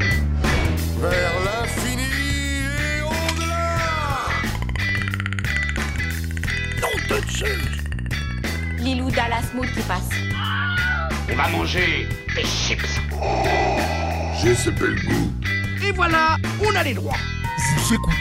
Vers l'infini et au-delà Nom de Zeus Lilou Dallas Mood qui passe. On va manger des chips. J'ai ce bel goût. Et voilà, on a les droits. Vous écoutez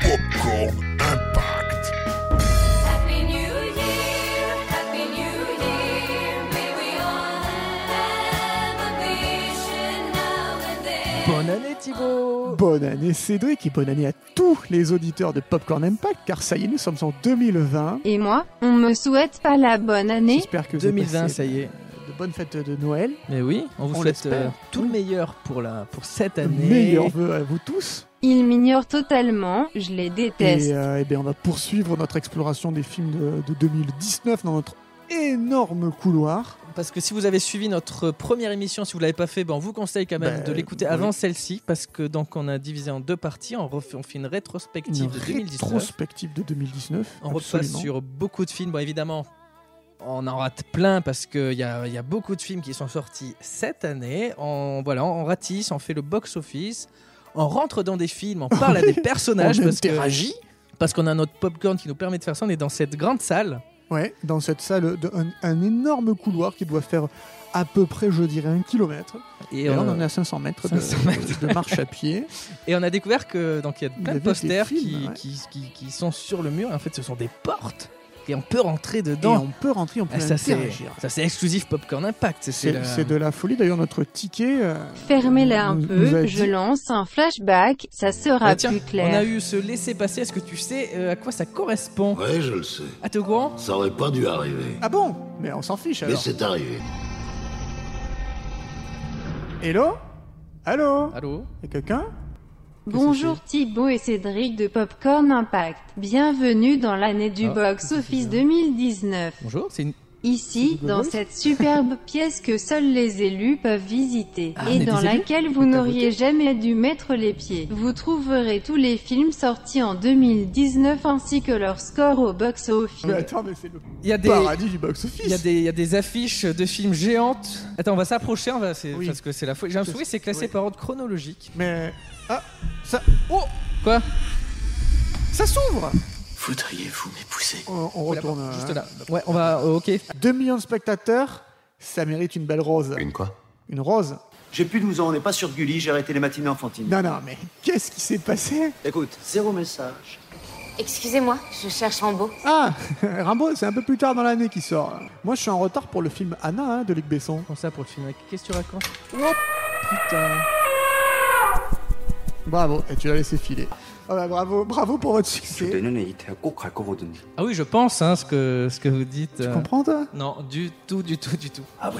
Popcorn Impact. Happy New Year, Happy New Year. May we all have a vision now and then. Bonne année Thibaut Bonne année Cédric et bonne année à tous les auditeurs de Popcorn Impact car ça y est nous sommes en 2020. Et moi, on me souhaite pas la bonne année. J'espère que vous 2020 passez ça y est. de bonnes fêtes de Noël. Mais oui, on vous On souhaite l'espère. euh, tout le meilleur pour, la, pour cette De année. Meilleurs vœux à vous tous. Ils m'ignorent totalement, je les déteste. Et, euh, eh bien, on va poursuivre notre exploration des films de, de 2019 dans notre énorme couloir. Parce que si vous avez suivi notre première émission, si vous ne l'avez pas fait, ben on vous conseille quand même Ben, de l'écouter oui. avant celle-ci. Parce que donc on a divisé en deux parties. On, refait, on fait une rétrospective Une de 2019. rétrospective de 2019. On repasse absolument. sur beaucoup de films. Bon, évidemment, on en rate plein parce qu'il y a, y a beaucoup de films qui sont sortis cette année. On, voilà, on ratisse, on fait le box-office. On rentre dans des films, on parle à des personnages On parce que- interagit. parce qu'on a notre popcorn qui nous permet de faire ça. On est dans cette grande salle. Ouais, dans cette salle, de, un, un énorme couloir qui doit faire à peu près, je dirais, un kilomètre. Et, là, on- on en est à 500 mètres, 500 de, mètres. de marche à pied. euh, Et on a découvert que donc il y a Il y plein avait de des posters films, qui, ouais. qui, qui- qui sont sur le mur. Et en fait, ce sont des portes et on peut rentrer Et dedans. on peut rentrer, on peut Ah, ça c'est interagir. ça, c'est exclusif Popcorn Impact. C'est- C'est C'est la- c'est de la folie. D'ailleurs, notre ticket. euh, Fermez-la un nous- nous a peu, je dit- lance un flashback, ça sera Ah, tiens, plus on a clair. eu ce laisser passer. Est-ce que tu sais euh, à quoi ça correspond Ouais, je le sais. Ah, t'es au courant Ça aurait pas dû arriver. Ah bon Mais on s'en fiche Mais alors. c'est arrivé. Hello Allô Allô Y'a quelqu'un Bonjour Thibaut et Cédric de Popcorn Impact. Bienvenue dans l'année du Ah, box office c'est 2019. Bonjour, c'est une. Ici, Google dans Voice cette superbe pièce que seuls les élus peuvent visiter, Ah, on et est dans des élus laquelle vous On t'a n'auriez jamais dû mettre les pieds, vous trouverez tous les films sortis en 2019 ainsi que leur score au box-office. Bah, Mais attends, mais c'est le Ah. Il y a des. paradis du Il y, a box-office des, il y a des affiches de films géantes. Attends, on va s'approcher, on va, c'est- Oui. parce que c'est la faute. J'ai un Je souris, sais- c'est classé oui. par ordre chronologique. Mais. Ah Ça, oh, Quoi ça s'ouvre Voudriez-vous m'épouser on, on Là-bas, retourne. Juste euh, là. Ouais, on va. oh, ok. 2 millions de spectateurs, ça mérite une belle rose. Une quoi Une rose J'ai plus 12 ans, on n'est pas sur Gulli, j'ai arrêté les matinées enfantines. Non, non, mais qu'est-ce qui s'est passé Écoute, zéro message. Excusez-moi, je cherche Rambo. Ah Rimbaud, c'est un peu plus tard dans l'année qui sort. Moi, je suis en retard pour le film Anna hein, de Luc Besson. Comme ça pour le film. Qu'est-ce que tu racontes Putain. Bravo, et tu l'as laissé filer. Ah bah, bravo, bravo pour votre succès. Ah oui, je pense, hein, ce que, ce que vous dites. Tu euh, comprends, toi Non, du tout, du tout, du tout. Ah,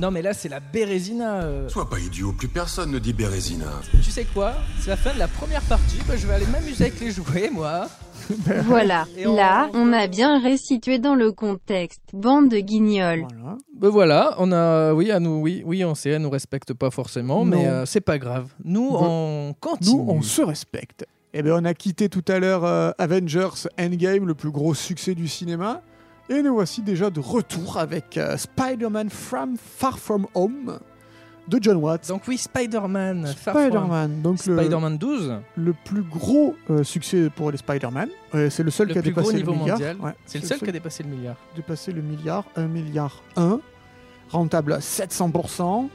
Non, mais là, c'est la Bérésina. euh. Sois pas idiot, plus personne ne dit Bérésina. Tu sais quoi C'est la fin de la première partie. Bah, je vais aller m'amuser avec les jouets, moi. Voilà, Et on- là, on a bien resitué dans le contexte, bande de guignols. Voilà. Ben voilà, on a. Oui, à nous, oui, oui, on sait, elle nous respecte pas forcément, mais Non. euh, c'est pas grave. Nous, Ben, on continue. Nous, on se respecte. Eh bien, on a quitté tout à l'heure euh, Avengers Endgame, le plus gros succès du cinéma. Et nous voici déjà de retour avec euh, Spider-Man From Far From Home de John Watts. Donc, oui, Spider-Man. Far From- Spider-Man, donc euh, le, Spider-Man 12, le plus gros euh, succès pour les Spider-Man. Euh, c'est le seul Le qui a plus gros dépassé le niveau milliard. mondial. Ouais, c'est le seul qui a dépassé le milliard. dépassé le milliard, 1 milliard 1. Rentable à 700%.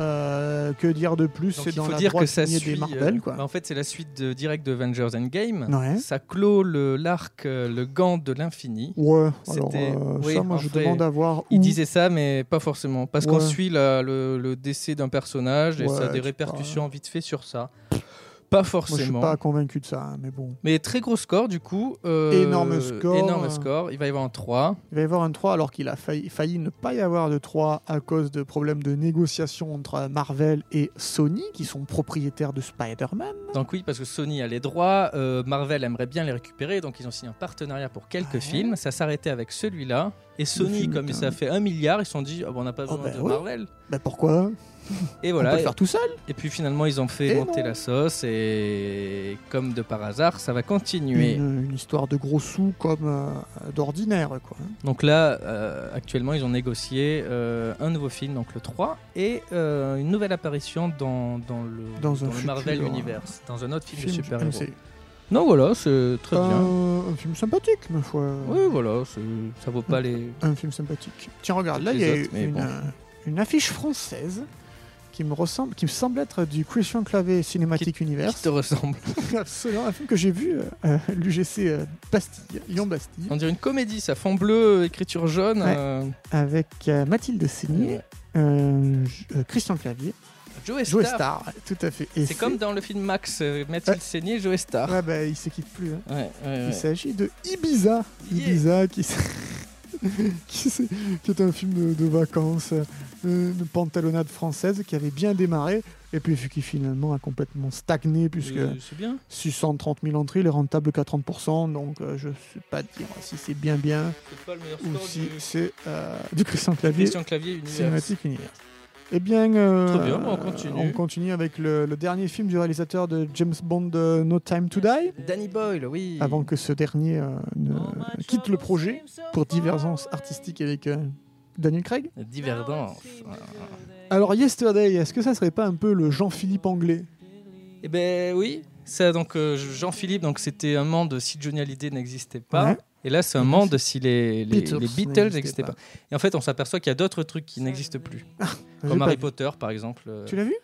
Euh, que dire de plus Donc, C'est il dans faut la dire que droite ça lignée suit. des Marvel, euh, quoi. bah, en fait, c'est la suite de, directe de Avengers Endgame. Ouais. Ça clôt le- l'arc, euh, le gant de l'infini. Ouais, alors C'était- euh, oui, ça, moi, en je vrai, demande à voir où... Il disait ça, mais pas forcément. Parce qu'on Ouais. suit la- le, le décès d'un personnage et Ouais, ça a des c'est répercussions vite fait sur ça. Pas Moi, je suis forcément. pas convaincu de ça, hein, mais bon. Mais très gros score, du coup. euh, Énorme score. Énorme score. Il va y avoir un 3. Il va y avoir un 3 alors qu'il a failli, failli ne pas y avoir de 3 à cause de problèmes de négociation entre Marvel et Sony, qui sont propriétaires de Spider-Man. Donc, oui, parce que Sony a les droits. euh, Marvel aimerait bien les récupérer. Donc, ils ont signé un partenariat pour quelques Ouais. films. Ça s'arrêtait avec celui-là. Et Sony, film comme est ça un- fait un milliard, ils se sont dit Ah, bah, on n'a pas Oh, besoin bah de ouais. Marvel. Bah pourquoi Et On peut voilà. le faire tout seul Et puis finalement, ils ont fait Et monter non. la sauce. Et Et comme de par hasard, ça va continuer. Une, une histoire de gros sous comme euh, d'ordinaire, quoi. Donc là, euh, actuellement, ils ont négocié euh, un nouveau film, donc le 3, et euh, une nouvelle apparition dans, dans le, Dans un le Marvel futur, Universe, dans un autre film, de Film super-héros. MCU. Non, voilà, c'est très bien. Un, un film sympathique, ma foi. Oui, voilà, c'est- ça vaut pas les. Un film sympathique. Tiens, regarde, là, Les il y a autres, mais une, bon. euh, une affiche française qui me ressemble, qui me semble être du Christian Clavé Cinematic Qui Universe. te ressemble Absolument, un film que j'ai vu euh, à l'UGC euh, Bastille, Lyon-Bastille, On dirait une comédie, ça. Fond bleu, écriture jaune. Ouais. euh, avec euh, Mathilde Seigné, euh, J- euh, Christian Clavier, Joe Joe Star. Star, tout à fait. Et C'est comme dans le film Max, euh, Mathilde Ouais. Seigné et Joe Star. Ouais, bah, il se quitte plus. hein. Ouais, ouais, ouais. Il s'agit de Ibiza. Yeah. Ibiza qui, s- qui, s- qui est un film de, de vacances, euh, de pantalonnade française qui avait bien démarré et puis qui finalement a complètement stagné puisque Euh, C'est bien. 630 000 entrées, il est rentable qu'à 30%, donc euh, je ne sais pas dire si c'est bien bien C'est pas le meilleur ou score si du c'est euh, du Christian Clavier Christian Clavier Univers. Cinématique Univers. Eh bien, euh, Très bien, bah, on continue. on continue avec le, le dernier film du réalisateur de James Bond, euh, No Time to Die Danny Boyle, oui. avant que ce dernier euh, ne quitte le projet pour divergence artistique avec euh, Daniel Craig. Divergence. Alors Yesterday, est-ce que ça serait pas un peu le Jean-Philippe anglais Eh ben oui, ça donc euh, Jean-Philippe, donc c'était un monde si Johnny Hallyday n'existait pas. Ouais. Et là, c'est un monde si les, les- les Beatles Beatles, n'existaient n'existaient pas. pas. Et en fait, on s'aperçoit qu'il y a d'autres trucs qui n'existent plus. J'ai Comme pas Harry vu. Potter, par exemple. euh, Tu l'as vu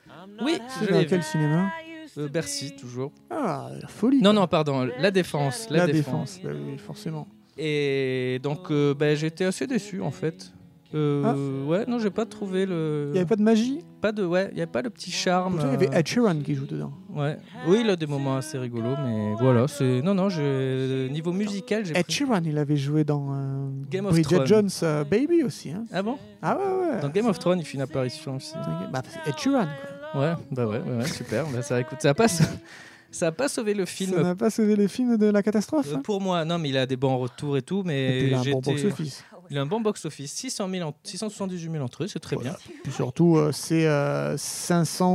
Oui, je C'est dans l'ai vu. quel cinéma Euh, Bercy, toujours. Ah, la folie. Non, quoi. non, pardon, La Défense. La, la, défense. Euh. défense. Bah oui, forcément. Et donc, euh, ben, j'étais assez déçu, en fait. Euh, Ouais, non, j'ai pas trouvé le. Ah. Il n'y avait pas de magie pas de. Ouais, il n'y a pas le petit charme. Pourtant, il y euh, avait Ed Sheeran qui joue dedans. Ouais. Oui, il a des moments assez rigolos, mais voilà. C'est non, non. j'ai- Niveau musical, j'ai. Ed pris- Sheeran, il avait joué dans euh, Game of Bridget Thrones. Jones euh, Baby aussi. hein. Ah bon Ah ouais, ouais. Dans Game of Thrones, il fait une apparition aussi. Bah, c'est Ed Sheeran. quoi. Ouais, bah ouais, ouais, ouais, super. Bah ça, écoute, ça a pas, ça a pas sauvé le film. Ça n'a pas sauvé les films de la catastrophe. euh, hein. Pour moi, non, mais il a des bons retours et tout, Et puis, mais il a un j'étais- bon box-office. il a un bon box-office, 600 000 en- 678 000 entrées, c'est très bien. Puis surtout, euh, c'est euh,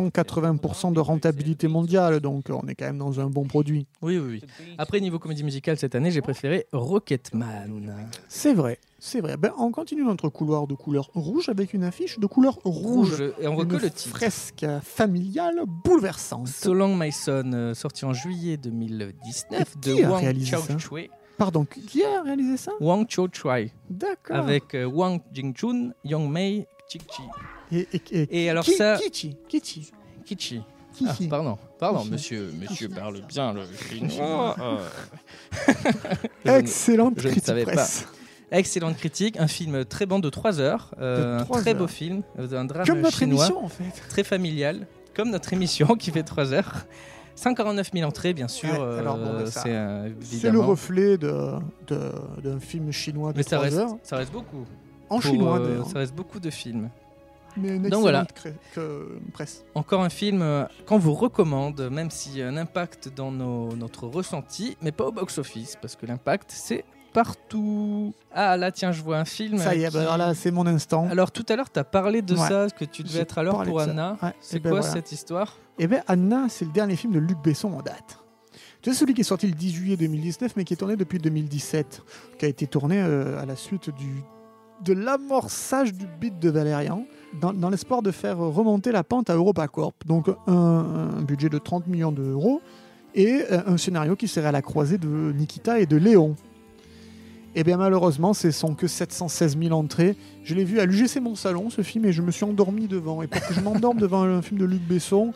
580% de rentabilité mondiale, donc euh, on est quand même dans un bon produit. Oui, oui, oui. Après, niveau comédie musicale, cette année, j'ai préféré Rocketman. C'est vrai, c'est vrai. Ben, on continue notre couloir de couleur rouge avec une affiche de couleur rouge. Et on voit Une que le titre. Fresque euh, familiale bouleversante. Solange Mason, euh, sorti en juillet 2019 Et de qui a Wang réalisé ça Chao-Chui. Pardon, qui a réalisé ça Wang Cho Chai D'accord. avec euh, Wang Jingchun, Yang Mei, Chichi. Et, et- et- Et alors Ki- ça, Kichi, Kichi, Kichi. Ah, Kichi. pardon, pardon, Kichi. monsieur, monsieur parle bien le chinois. oh. Je ne- Excellente je ne critique savais pas. presse. Excellente critique, un film très bon de 3 heures, euh, De un trois très beau heures. film, euh, un drame Comme notre chinois, émission en fait. très familial, comme notre émission qui fait 3 heures. 149 000 entrées, bien sûr. Ouais, alors bon, euh, bah, ça- c'est euh, C'est le évidemment. reflet d'un de, d'un film chinois de Mais ça trois reste, heures, ça reste beaucoup. en Pour, chinois euh, d'ailleurs. ça reste beaucoup de films. Mais une Donc voilà. excellente cré- que- euh, presse. Encore un film euh, qu'on vous recommande, même s'il y a un impact dans nos- notre ressenti, mais pas au box-office, parce que l'impact, c'est partout. Ah là, tiens, je vois un film. Ça y est, qui- bah alors là, c'est mon instant. Alors tout à l'heure, tu as parlé de Ouais, ça, que tu devais j'ai être à l'heure parlé pour de ça. Anna. Ouais, et c'est ben quoi voilà. cette histoire Eh bien, Anna, c'est le dernier film de Luc Besson en date. C'est celui qui est sorti le 10 juillet 2019, mais qui est tourné depuis 2017, qui a été tourné euh, à la suite du, de l'amorçage du beat de Valérian, dans, dans l'espoir de faire remonter la pente à EuropaCorp. Donc, un, un budget de 30 millions d'euros et euh, un scénario qui serait à la croisée de Nikita et de Léon. Eh bien, malheureusement, ce sont que 716 000 entrées. Je l'ai vu à l'UGC Mon Salon, ce film, et je me suis endormi devant. Et pour que je m'endorme devant un film de Luc Besson,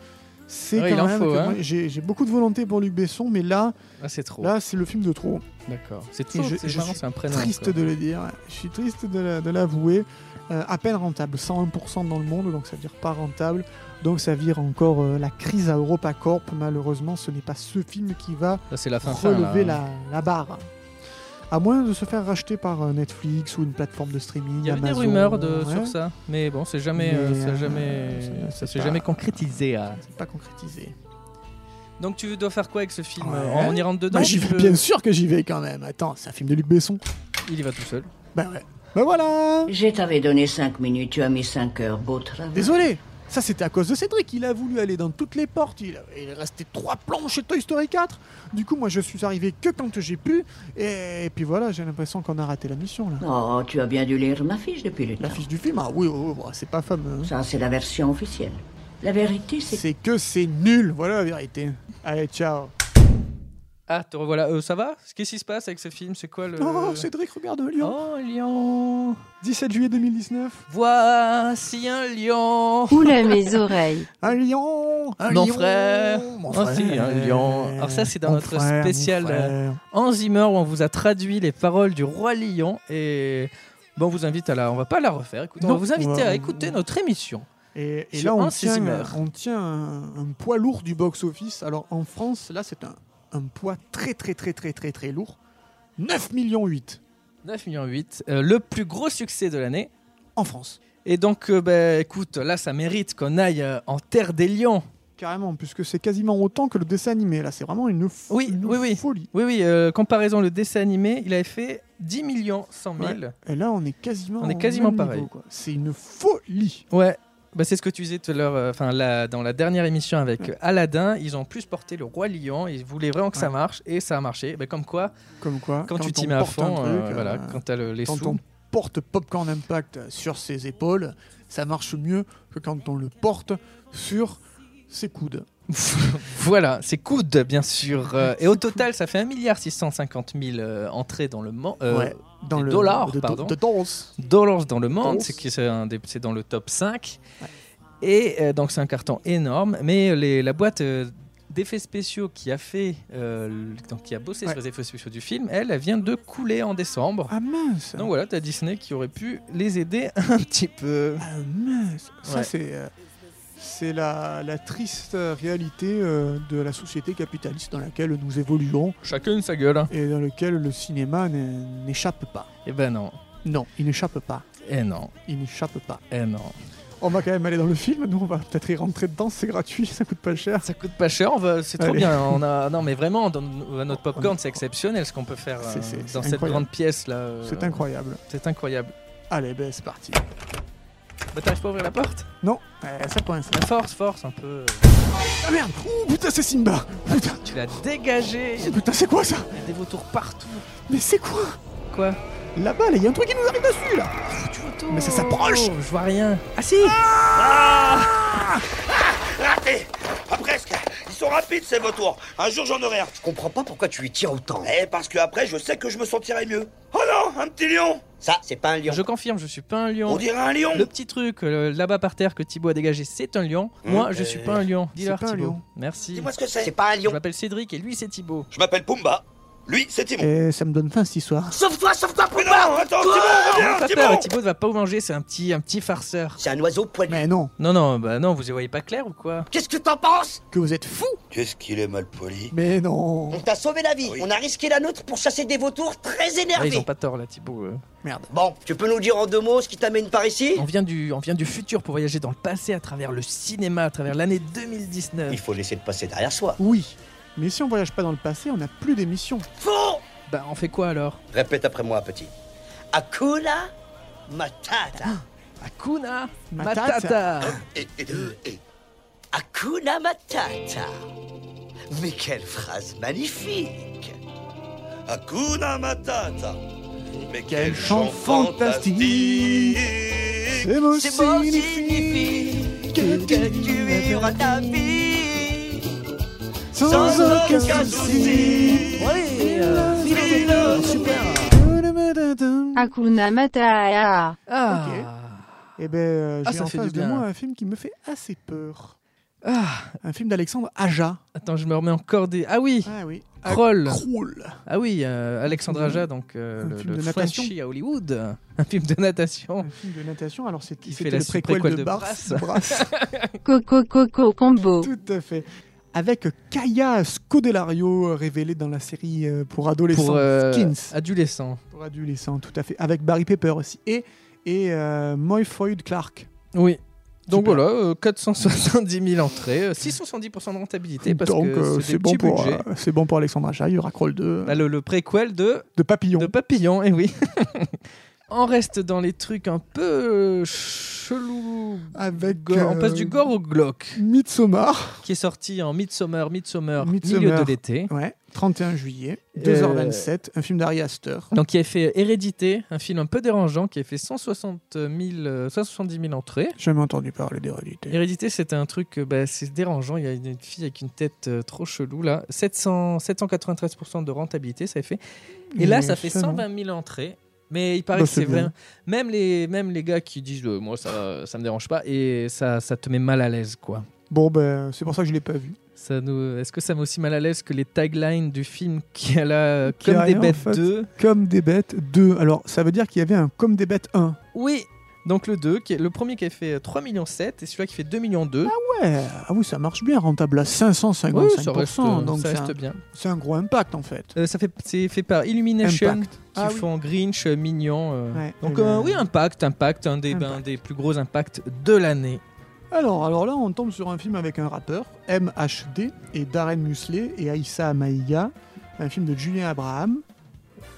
c'est Ouais, il quand en même. faut, que hein. moi, J'ai j'ai beaucoup de volonté pour Luc Besson, mais là, Ah, C'est trop. là c'est le film de trop. D'accord. C'est Et trop. je- C'est je vraiment, suis c'est un prénom. Triste quoi. de le dire. Je suis triste de la- de l'avouer. Euh, à peine rentable, 101% dans le monde, donc ça veut dire pas rentable. Donc ça vire encore euh, la crise à EuropaCorp. Malheureusement, ce n'est pas ce film qui va Là, c'est la fin. fin, là. relever la, la barre. À moins de se faire racheter par euh, Netflix ou une plateforme de streaming. Il y avait Amazon, des rumeurs de, ouais, sur ça, mais bon, c'est jamais, Mais, euh, ça euh, jamais, c'est- ça c'est s'est pas- jamais concrétisé. ah. C'est pas concrétisé. Euh, Donc tu dois faire quoi avec ce film Ouais. On y rentre dedans Bah, tu j'y vais, peux- bien sûr que j'y vais quand même. Attends, c'est un film de Luc Besson. Il y va tout seul. Bah ouais. Bah voilà Je t'avais donné 5 minutes, tu as mis 5 heures, beau travail. Désolé Ça, c'était à cause de Cédric. Il a voulu aller dans toutes les portes. Il, a- il est resté trois plans chez Toy Story 4. Du coup, moi, je suis arrivé que quand j'ai pu. Et, puis voilà, j'ai l'impression qu'on a raté la mission, là. Oh, tu as bien dû lire ma fiche depuis le temps. L'affiche du film, ah oui, oui, oui, bah, c'est pas fameux. hein. Ça, c'est la version officielle. La vérité, c'est C'est que c'est nul. Voilà la vérité. Allez, ciao. Ah, te revoilà. Euh, ça va Qu'est-ce qui se passe avec ce film C'est quoi le. Oh, Cédric, regarde le lion. Oh, lion 17 Oh. juillet 2019. Voici un lion Oula mes oreilles. Un lion. Un Mon lion, frère. Mon frère. Voici un lion. Alors, ça, c'est dans Mon notre frère, mon spécial, euh, frère. En Zimmer, où on vous a traduit les paroles du roi lion. Et. Bon, on vous invite à la. On va pas la refaire. Écoutez, on Non. va vous inviter Ouais. à écouter notre émission. Et, et Sur là, on Hans tient, Zimmer. on tient un, un poids lourd du box-office. Alors en France, là, c'est un, un poids très, très, très, très, très, très lourd. 9 millions 8 9,8 millions. euh, le plus gros succès de l'année. en France. Et donc, euh, bah, écoute, là, ça mérite qu'on aille euh, en terre des lions. Carrément, puisque c'est quasiment autant que le dessin animé. Là, c'est vraiment une, fo- Oui, une oui, oui. folie. Oui, oui, euh, comparaison, le dessin animé, il avait fait 10 millions 100 000. Ouais. Et là, on est quasiment, On est au quasiment même pareil. niveau, quoi. C'est une folie. Ouais, bah, c'est ce que tu disais tout à l'heure, euh, enfin la- dans la dernière émission avec euh, Aladdin, ils ont plus porté le roi lion, ils voulaient vraiment que ça Ouais. marche et ça a marché. Bah, comme quoi, Comme quoi, quand, tu t'y on mets à porte un fond, euh, truc, euh, voilà, quand t'as le- les quand sous, on porte Popcorn Impact sur ses épaules, ça marche mieux que quand on le porte sur ses coudes. voilà, c'est coude bien sûr. Euh, et au total, ça fait 1 milliard 650 000 euh, entrées dans le euh, monde. ouais, dans des le dollars, de, de- pardon. de danse. dollars dans le monde, Dollars. c'est qui- c'est un des- c'est dans le top 5. Et euh, donc c'est un carton énorme, mais les- la boîte euh, d'effets spéciaux qui a fait, euh, le- donc qui a bossé Ouais. sur les effets spéciaux du film, elle, elle vient de couler en décembre. Ah mince Donc voilà, t'as Disney qui aurait pu les aider un petit peu. Ah mince Ça Ouais. c'est... euh, C'est la, la triste euh, réalité euh, de la société capitaliste dans laquelle nous évoluons Chacune sa gueule. hein. et dans laquelle le cinéma n'é- n'échappe pas. Eh ben non. Non, il n'échappe pas. Eh non. Il n'échappe pas. Eh non. On va quand même aller dans le film, nous on va peut-être y rentrer dedans, c'est gratuit, ça coûte pas cher. Ça coûte pas cher, on va- c'est trop Allez. bien. On a, non mais vraiment, dans, dans notre popcorn, c'est exceptionnel ce qu'on peut faire euh, C'est- c'est- c'est dans cette incroyable. grande pièce là. euh, C'est incroyable. C'est incroyable. Allez, ben c'est parti. Bah t'arrives pas à ouvrir la porte Non, euh, ça coince. La Force, force un peu. Ah merde Ouh putain c'est Simba Putain Tu l'as dégagé, il Putain c'est quoi ça y a des vautours partout. Mais c'est quoi Quoi Là-bas, là, il y a un truc qui nous arrive dessus là Mais ça s'approche Oh, Je vois rien. Ah si Raté Pas Ah, presque Ils sont rapides ces vautours Un jour j'en aurai un Je comprends pas pourquoi tu lui tires autant. Eh, parce que après je sais que je me sentirai mieux Oh non Un petit lion Ça, c'est pas un lion. Je confirme, je suis pas un On lion. dirait un lion Le petit truc euh, là-bas par terre que Thibaut a dégagé, c'est un lion. Moi, je suis pas un lion. Dis-leur, pas un Thibaut. lion. Merci. Dis-moi ce que c'est C'est pas un Je lion. m'appelle Cédric et lui, c'est Thibaut. Je m'appelle Pumba Lui, c'est Timon Et ça me donne faim cette histoire. Sauve-toi, sauve-toi, Mais non Attends, Timon, Ah, reviens pas peur, Timon Thibaut ne va pas vous manger, c'est un petit, un petit farceur. C'est un oiseau poilu. Mais non, Non, non, bah non, vous y voyez pas clair ou quoi Qu'est-ce que t'en penses que vous êtes fou Qu'est-ce qu'il est mal poli Ah Mais non On t'a sauvé la vie. Oui. On a risqué la nôtre pour chasser des vautours très Ah, Ils énervés. ont pas tort là, Thibaut. euh. Merde. Bon, tu peux nous dire en deux mots ce qui t'amène par ici On vient, du, on vient du futur pour voyager dans le passé à travers le cinéma, à travers l'année 2019. Il faut laisser le passé derrière soi. Oui. Mais si on voyage pas dans le passé, on n'a plus d'émission. Faux Bah, on fait quoi alors Répète après moi, petit. Akula Matata. Hakuna Matata. Matata. Et, et Hmm. deux, et. eh, Hakuna Matata. Mais quelle phrase magnifique Hakuna Matata Mais Quel chant fantastique C'est beau, C'est beau, signifie Que tu vivras ta vie sans aucun souci. Ouais, euh, Super. Akuna Matata. Ah. Eh ben, euh, Ah, j'ai ça en fait face du de bien. moi un film qui me fait assez peur. Ah. Un film d'Alexandre Aja. Attends, je me remets encore des. Ah oui, Ah oui. Kroll. Kroll. Ah oui, euh, Alexandre Un film de- Aja, donc euh, un le, film le de natation. Frenchie à Hollywood, un film de natation. Un film de natation. Alors, c'est- Il fait c'était la le préquel, préquel de, de Brass. Brass. Brass. Coco Coco Oh. Combo. Tout à fait. Avec Kaya Scodelario, euh, révélée dans la série euh, pour adolescents Pour euh, Skins. adolescents. Pour adolescents, tout à fait. Avec Barry Pepper aussi. Et, et euh, Moy Floyd Clark. Oui. Donc Super. voilà, euh, 470 000 entrées, euh, 670% de rentabilité parce Donc, que euh, c'est c'est des bon, petits pour, budgets. Bah, euh, c'est bon pour Alexandre Aja. Il y aura Kroll 2 Là, le, le préquel de, de Papillon. de Papillon, et oui. On reste dans les trucs un peu euh, chelou. Avec. Gore. On passe euh, du gore au Glock, Midsommar. qui est sorti en Midsommar, Midsommar, milieu Midsommar. de l'été. Ouais. 31 juillet, Euh, 2h27, un film d'Ari Aster. Donc, qui a fait Hérédité, un film un peu dérangeant, qui a fait 160 000, euh, 170 000 entrées. Jamais entendu parler d'Hérédité. Hérédité, c'était un truc, euh, bah, c'est dérangeant. Il y a une fille avec une tête euh, trop chelou là. 700, 793% de rentabilité, ça a fait. Et là, Mais ça fait non. 120 000 entrées. Mais il paraît Bah, que c'est c'est bien. vrai. Même les, même les gars qui disent euh, moi ça, ça me dérange pas et ça, ça te met mal à l'aise quoi. Bon, ben, c'est pour ça que je l'ai pas vu. Ça nous, est-ce que ça met aussi mal à l'aise que les taglines du film qui a là Qui a comme des rien, en bêtes fait. 2 Comme des bêtes 2. Alors, ça veut dire qu'il y avait un Comme des bêtes 1. Oui. Donc le 2, qui est- le premier qui a fait 3 millions 7 et celui-là qui fait 2 millions 2. Ouais, ah oui, ça marche bien, rentable à 555%. ça reste, euh, donc ça c'est reste un- bien. c'est un, gros impact en fait. Euh, ça fait, c'est fait par Illumination Impact. qui Ah oui. font Grinch, euh, Mignon. euh. Ouais, Donc et euh, le- oui, Impact, Impact, un des, ben, Impact. des plus gros impacts de l'année. Alors, alors là, on tombe sur un film avec un rappeur, MHD, et Darren Muslet et Aïssa Amaïga, un film de Julien Abraham,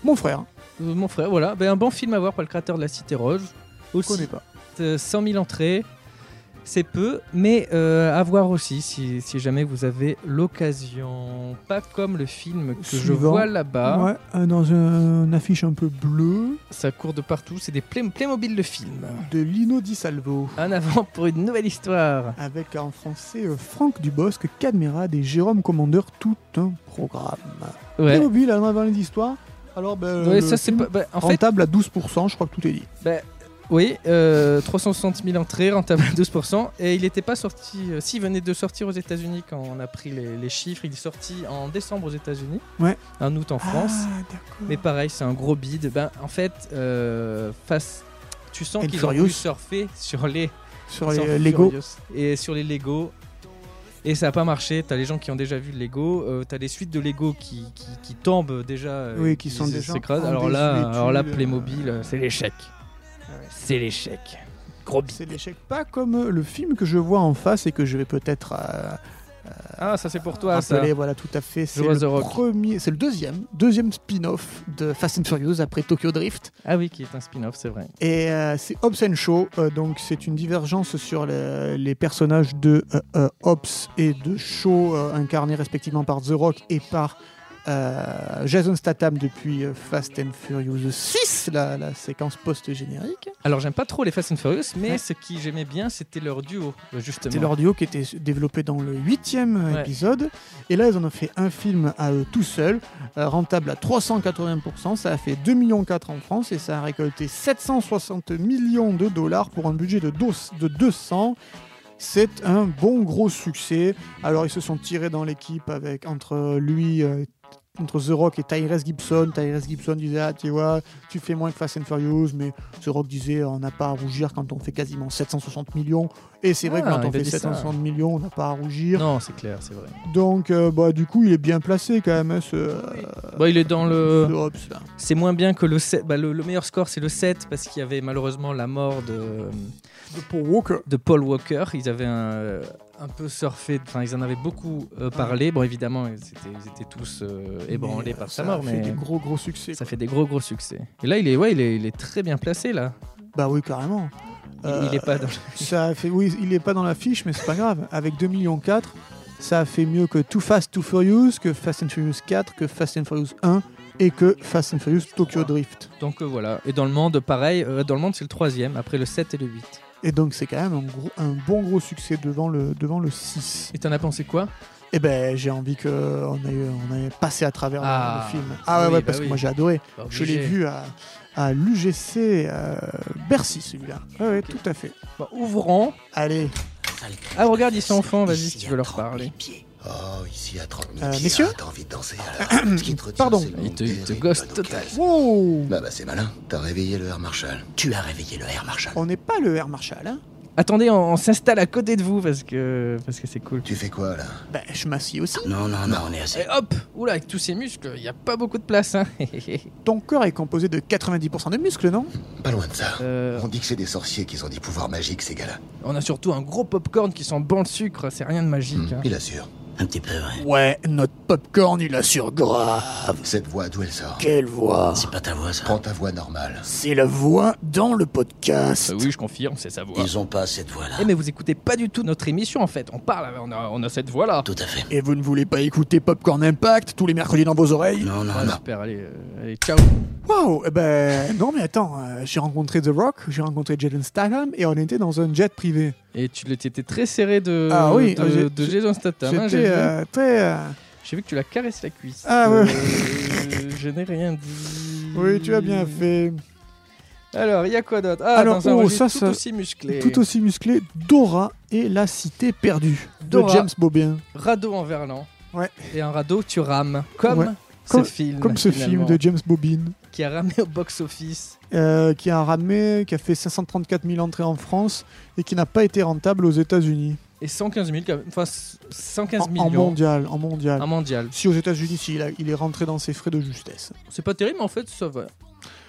mon frère, Euh, mon frère, voilà, Ben, un bon film à voir par le créateur de la Cité Rose. je connais Aussi, pas. euh, 100 000 entrées, c'est peu, mais euh, à voir aussi si, si jamais vous avez l'occasion. Pas comme le film que je Suivant. vois là-bas. Ouais, euh, dans un- une affiche un peu bleue Ça court de partout, c'est des Play- Playmobil de films. de Lino Di Salvo, En avant pour une nouvelle histoire. avec en français euh, Franck Dubosc, Cadmerade et Jérôme Commandeur, tout un programme. Ouais. Playmobil, en avant les histoires. Alors, ben, Ouais, le ça c'est film pas. ben, en fait, rentable à 12%, je crois que tout est dit. Oui, euh, 360 000 entrées, rentable à 12%. Et il n'était pas sorti. euh, S'il venait de sortir aux États-Unis quand on a pris les, les chiffres, il est sorti en décembre aux États-Unis. Ouais. En août en France. Ah, d'accord. Mais pareil, c'est un gros bide. Ben, en fait, euh, face. Tu sens And qu'ils ont Furious. voulu surfer sur les, Sur les sur euh, Lego. Furious. et sur les Lego. Et ça n'a pas marché. T'as les gens qui ont déjà vu le Lego. euh, T'as les suites de Lego qui, qui, qui tombent déjà. euh, Oui, qui sont déjà s'écrasent. en Alors là, désuétude, alors là, euh. Ah Playmobil, euh, c'est l'échec. C'est l'échec. Gros bide. C'est l'échec, pas comme euh, le film que je vois en face et que je vais peut-être euh, Ah, ça c'est pour toi, ça. rappeler. Voilà, tout à fait. C'est vois le The Rock. premier, c'est le deuxième, deuxième spin-off de Fast and Furious après Tokyo Drift. Ah oui, qui est un spin-off, c'est vrai. Et euh, c'est Hobbs and Shaw. euh, donc c'est une divergence sur le- les personnages de euh, euh, Hobbs et de Shaw, euh, incarnés respectivement par The Rock et par euh, Jason Statham depuis euh, Fast and Furious 6, la, la séquence post-générique. Alors, j'aime pas trop les Fast and Furious, mais Ouais. ce qui j'aimais bien, c'était leur duo, euh, justement. C'était leur duo qui était développé dans le huitième euh, Ouais. épisode. Et là, ils en ont fait un film à eux tout seuls, euh, rentable à 380%. Ça a fait 2,4 millions en France et ça a récolté 760 millions de dollars pour un budget de, dos- de 200. C'est un bon gros succès. Alors, ils se sont tirés dans l'équipe avec entre lui. euh, entre The Rock et Tyrese Gibson, Tyrese Gibson disait ah, tu vois tu fais moins que Fast and Furious mais The Rock disait on n'a pas à rougir quand on fait quasiment 760 millions et c'est vrai que Ah, quand on il a fait dit ça. 760 millions on n'a pas à rougir Non, c'est clair, c'est vrai. donc euh, bah du coup il est bien placé quand même hein, ce, euh, Bon, il est dans ce le. Hobbs, là. C'est moins bien que le 7. Bah, le, le meilleur score, c'est le 7, parce qu'il y avait malheureusement la mort de, de Paul Walker de Paul Walker. Ils avaient un, un peu surfé, enfin, ils en avaient beaucoup euh, parlé. Bon, évidemment, ils étaient, ils étaient tous euh, ébranlés Mais, euh, par sa ça mort, fait mais des gros gros succès ça fait des gros, gros succès. Et là, il est, ouais, il est, il est très bien placé, là. bah oui carrément Il, Euh, il est pas dans le- ça a fait oui il est pas dans la fiche mais c'est pas grave avec 2,4 millions ça a fait mieux que Too Fast Too Furious que Fast and Furious 4 que Fast and Furious 1 et que Fast and Furious Tokyo Drift Donc euh, voilà. Et dans le monde, pareil, euh, dans le monde, c'est le troisième, après le 7 et le 8. et donc c'est quand même un, gros- un bon gros succès devant le, devant le 6 Et t'en as pensé quoi Eh ben, j'ai envie que on ait, on ait passé à travers le- Ah. le film. Ah ouais, Oui, ouais, bah parce oui. que moi j'ai adoré. Je l'ai Obligé. vu à, à l'UGC euh, Bercy, celui-là. Ouais, ouais, tout à fait. Bon, ouvrons. Allez, Ah, regarde, ils sont enfants, vas-y, si tu veux leur parler. Oh, ici à 30 Euh, pieds, messieurs ah, t'as envie de danser alors. Ce qui te retient, Pardon. c'est le Il te- il te terrible gosse bonne total. occasion. wow Bah bah c'est malin, t'as réveillé le Air Marshal. Tu as réveillé le Air Marshal. On n'est pas le Air Marshal, hein Attendez, on, on s'installe à côté de vous parce que parce que c'est cool. Tu fais quoi là Ben, je m'assis aussi. Non, non, non, on est assez. Et hop, oula, avec tous ces muscles, il n'y a pas beaucoup de place. Hein. Ton corps est composé de 90% de muscles, non Eh, Pas loin de ça. Euh, On dit que c'est des sorciers qui ont des pouvoirs magiques, ces gars-là. on a surtout un gros popcorn qui sent bon le sucre, c'est rien de magique. Hmm, hein. Il assure. Un petit peu, ouais. Ouais, notre popcorn, il assure grave. Cette voix, d'où elle sort Quelle voix C'est pas ta voix, ça. Prends ta voix normale. C'est la voix dans le podcast. Euh, Ah oui, je confirme, c'est sa voix. Ils ont pas cette voix-là. Eh mais vous écoutez pas du tout notre émission en fait. On parle, on a, on a cette voix là. Tout à fait. Et vous ne voulez pas écouter Popcorn Impact tous les mercredis dans vos oreilles Non, non, Ah, non. super, allez, euh, allez, ciao. Wow, eh ben non mais attends, euh, j'ai rencontré The Rock, j'ai rencontré Jaden Statham et on était dans un jet privé. Et tu étais très serré de, Ah oui, de, euh, j'ai- de Jason Statham. hein, J'ai J'étais vu. euh, très... euh, J'ai vu que tu la caresses la cuisse. Ah ouais. Euh, je n'ai rien dit. Oui, tu as bien fait. Alors, il y a quoi d'autre Ah, Alors, dans un oh, registre ça, tout ça- aussi musclé. Tout aussi musclé, Dora et la cité perdue Dora. de James Bobin. Radeau en verlan. Ouais. Et un radeau, tu rames. Comme Ouais. ce Comme- film. Comme ce film finalement, de James Bobin. Qui a ramené au box-office. euh, qui a ramé, qui a fait 534 000 entrées en France et qui n'a pas été rentable aux États-Unis. Et 115 000, quand même. enfin 115 En, en millions. mondial, en mondial. Un mondial. Si aux États-Unis, si, il, a- il est rentré dans ses frais de justesse. C'est pas terrible, mais en fait, ça va.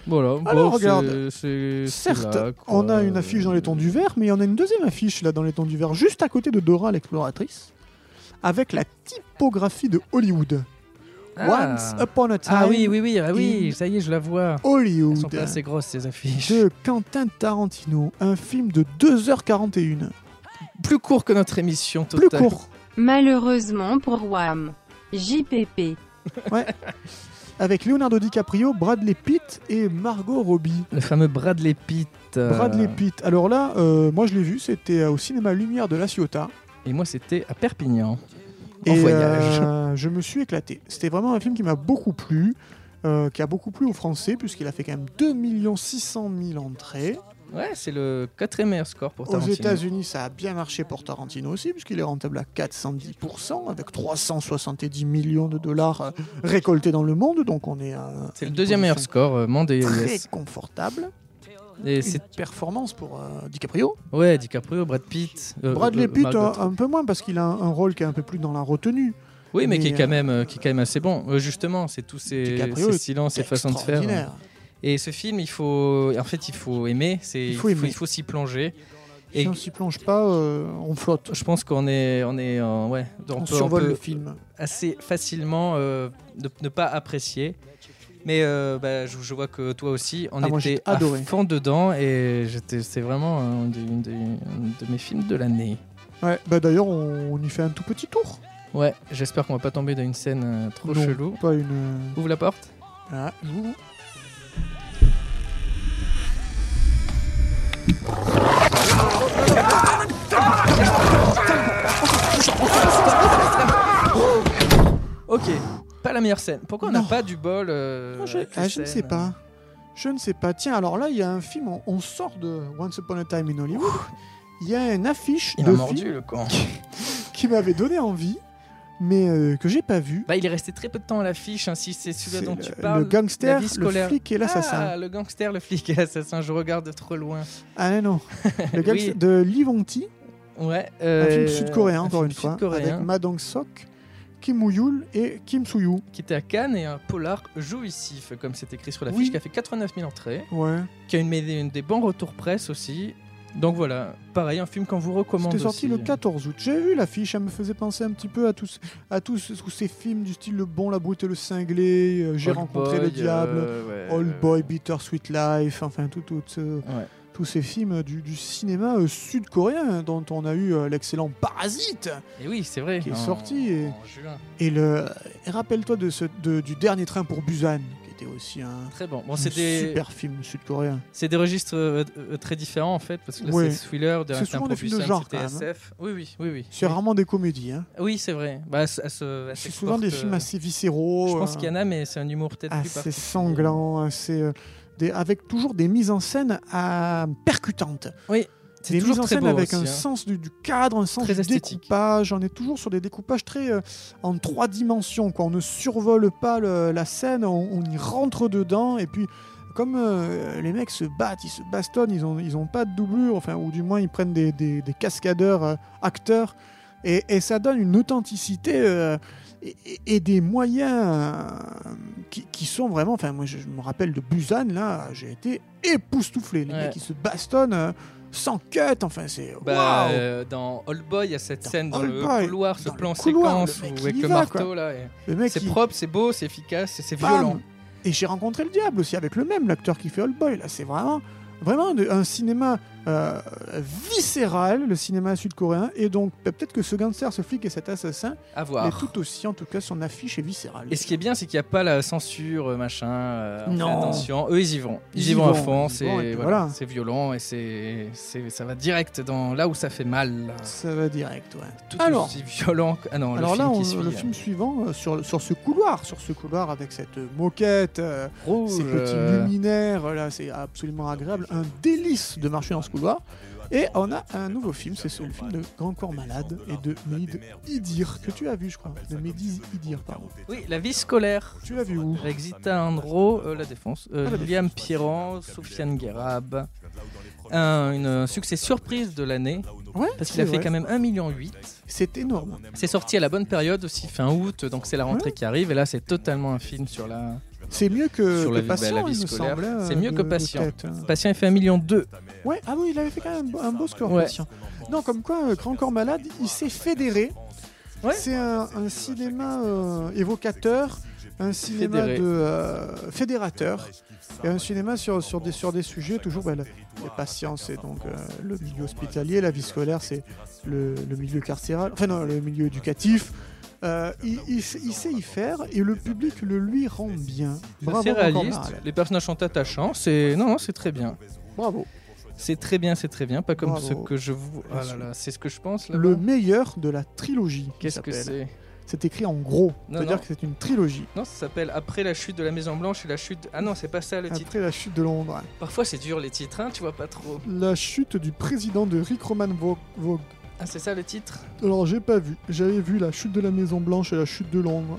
Voilà. Alors, bon, c'est- regarde. c'est- c'est Certes, là, quoi. on a une affiche dans les tons du vert, mais on a une deuxième affiche là dans les tons du vert, juste à côté de Dora l'exploratrice, avec la typographie de Hollywood. Ah. Once upon a time, Ah oui, oui, oui, ah oui, in- ça y est, je la vois. Elles sont Hollywood pas assez grosses ces affiches. de Quentin Tarantino, un film de 2h41, Plus court que notre émission plus totale. court, Malheureusement pour Wham. JPP. avec Leonardo DiCaprio, Bradley Pitt et Margot Robbie. Le fameux Bradley Pitt. euh, Bradley Pitt. Alors là, euh, moi je l'ai vu, c'était euh, au cinéma Lumière de la Ciotat. Et moi, c'était à Perpignan. En Et voyage. euh, je me suis éclaté. C'était vraiment un film qui m'a beaucoup plu, euh, qui a beaucoup plu aux Français, puisqu'il a fait quand même 2 600 000 entrées. Ouais, c'est le quatrième meilleur score pour Aux Tarantino. États-Unis, ça a bien marché pour Tarantino aussi, puisqu'il est rentable à 410%, avec 370 millions de dollars euh, récoltés dans le monde. Donc on est à C'est le une deuxième meilleur position score, euh, Mande et Très Elias. confortable. Et Une c'est performance pour euh, DiCaprio. ouais, DiCaprio, Brad Pitt. euh, euh, Bradley Pitt, hein. Margot. un, un peu moins, parce qu'il a un, un rôle qui est un peu plus dans la retenue. oui, mais, qui est mais, quand même, euh, qui est quand même assez bon. Euh, justement, c'est tous ces, DiCaprio ces est silences, ces façons de faire. hein. Extraordinaire. Et ce film, il faut, en fait, il faut aimer. C'est, Il faut aimer. il faut s'y plonger. Et Si on s'y plonge pas, euh, on flotte. je pense qu'on est, on est, euh, ouais, On, peut- survole peut- le film. assez facilement euh, de ne pas apprécier. Mais euh, bah, je, je vois que toi aussi, on Ah, moi, était j'ai adoré. à fond dedans et j'étais- c'est vraiment un de, une des- un de mes films de l'année. Ouais, bah d'ailleurs, on, on y fait un tout petit tour. Ouais, j'espère qu'on va pas tomber dans une scène euh, trop Non, chelou. Pas une. euh, Ouvre la porte. Ah, j'ouvre. Ok, pas la meilleure scène. Pourquoi on n'a Non. pas du bol euh, Ah, je, avec les ah, je ne sais scènes pas. Je ne sais pas. Tiens, alors là, il y a un film. On, on sort de Once Upon a Time in Hollywood. Il y a une affiche Il de m'a film mordu le con. qui m'avait donné envie, mais euh, que j'ai pas vu. Bah, il est resté très peu de temps à l'affiche. hein, si c'est celui C'est dont le, tu le parles. la gangster, vie le scolaire. flic et l'assassin. Ah, le gangster, le flic et l'assassin. Je regarde de trop loin. Ah, non, non. Le gangster Oui. de Lee Wong-Ti, Ouais. un euh, film sud-coréen, un encore film une fois, sud-coréen. avec Madong Sok, Kim Woo-yul et Kim Soo-yoo. qui était à Cannes et un polar jouissif, comme c'est écrit sur l'affiche, Oui. qui a fait 89 000 entrées, Ouais. qui a une, une des bons retours presse aussi. Donc voilà, pareil, un film qu'on vous recommande. C'était sorti aussi. le 14 août. J'ai vu l'affiche, elle me faisait penser un petit peu à tous, à tous, tous ces films du style Le Bon, la Brute et le Cinglé, euh, J'ai Old rencontré le Boy, diable, euh, ouais, Old euh, Boy, Bitter Sweet Life, enfin tout- tout ce- Ouais. tous ces films du, du cinéma euh, sud-coréen dont on a eu euh, l'excellent Parasite. Et oui, c'est vrai. Qui est sorti et- en juin. Et, le, et rappelle-toi de ce, de- du dernier train pour Busan, qui était aussi un, Très bon. Bon, un c'est des, super film sud-coréen. c'est des registres euh, euh, très différents en fait, parce que là Ouais. c'est thriller, C'est derrière c'est souvent des films de Improvisable, genre, c'était quand même, hein. SF. Oui, oui, oui, oui. C'est Oui. rarement des comédies. Hein. Oui, c'est vrai. Bah, elles se- elles se- elles C'est s'exportent, souvent des euh, films assez viscéraux. Je pense euh, qu'il y en a, mais c'est un humour peut-être plus assez particulier. sanglant, assez, euh, des, avec toujours des mises en scène euh, percutantes. C'est Des mises toujours en très scène beau avec aussi, un hein. sens du, du cadre, un sens Très du esthétique. découpage. On est toujours sur des découpages très euh, en trois dimensions. Quoi. On ne survole pas le- la scène, on, on y rentre dedans. Et puis, comme euh, les mecs se battent, ils se bastonnent, ils n'ont ils ont pas de doublure, enfin, ou du moins ils prennent des, des- des cascadeurs euh, acteurs. Et, et ça donne une authenticité euh, et, et- et des moyens euh, qui, qui sont vraiment. Enfin, moi, je, je me rappelle de Busan, là, j'ai été époustouflé. Les Ouais. mecs, ils se bastonnent euh, sans cut, enfin c'est. Waouh Bah, euh, dans Old Boy, il y a cette Dans scène dans Old le Boy, couloir, ce dans le plan couloir, séquence le mec, où il avec y le va, marteau quoi. là. et Le mec, C'est il- propre, c'est beau, c'est efficace, et c'est Bam violent. Et j'ai rencontré le diable aussi avec le même, l'acteur qui fait Old Boy. Là, c'est vraiment, vraiment de- un cinéma euh, viscéral, le cinéma sud-coréen. Et donc, bah, peut-être que ce gangster, ce flic et cet assassin À est voir. tout aussi, en tout cas, son affiche est viscérale. Et ce qui est bien, c'est qu'il n'y a pas la censure, euh, machin. euh, on fait Non. attention, eux ils y vont. Ils, Ils y y vont à vont, fond, ils y vont, et c'est puis voilà, voilà. c'est violent et c'est c'est- ça va direct dans là où ça fait mal. Ça va direct, ouais. Tout Alors- aussi violent. que- Ah non, Alors le là, film on- qui suit. le euh, film suivant, euh, sur, sur ce couloir, sur ce couloir avec cette euh, moquette, euh, rouge, ces petits euh, luminaires, euh, là, c'est absolument agréable, un délice de marcher dans ce couloir. Et on a un nouveau film, c'est ce- le film de Grand Corps Malade et de Mehdi Idir, que tu as vu, je crois. De Mehdi Idir, pardon. Oui, la vie scolaire. Tu l'as vu où Rexita Andro, euh, La Défense, Ah, euh, Liam Piran, Soufiane Guerab. Un- une euh, succès surprise de l'année, Ouais, parce qu'il c'est a fait vrai. quand même 1,8 million. C'est énorme. C'est sorti à la bonne période aussi, fin août, donc c'est la rentrée qui arrive, et là c'est totalement un film sur la... C'est mieux que, Sur la que vie- bah, Patient, la vie il me scolaire. semble. euh, C'est mieux de- que de Patient. tête, hein. Patient, il fait 1,2 million. Ouais, ah oui, il avait fait quand même un beau score, Ouais. Patient. Non, comme quoi, euh, Grand Corps Malade, il s'est fédéré. Ouais. C'est un, un cinéma euh, évocateur, un cinéma Fédéré. de, euh, fédérateur, et un cinéma sur, sur, des, sur des sujets toujours... bah, le- les patients, c'est donc euh, le milieu hospitalier, la vie scolaire, c'est le, le milieu carcéral, enfin non, le milieu éducatif. Euh, il, il sait- il sait y faire, et le public le lui rend bien. Bravo, C'est Grand Corps réaliste, Malade. les personnages sont attachants, c'est... Non, non, c'est très bien. Bravo. C'est très bien, c'est très bien, pas comme Bravo. ce que je vous... Ah là là, c'est ce que je pense, là le meilleur de la trilogie. qui Qu'est-ce que c'est s'appelle. C'est écrit en gros. Non, C'est-à-dire non. que c'est une trilogie. Non, ça s'appelle Après la chute de la Maison Blanche et la chute... Ah non, c'est pas ça le titre. Après la chute de Londres. Parfois c'est dur les titres, hein, tu vois pas trop. La chute du président de Rick Roman Vo- Vogue. Ah c'est ça le titre Alors j'ai pas vu. J'avais vu la chute de la Maison Blanche et la chute de Londres.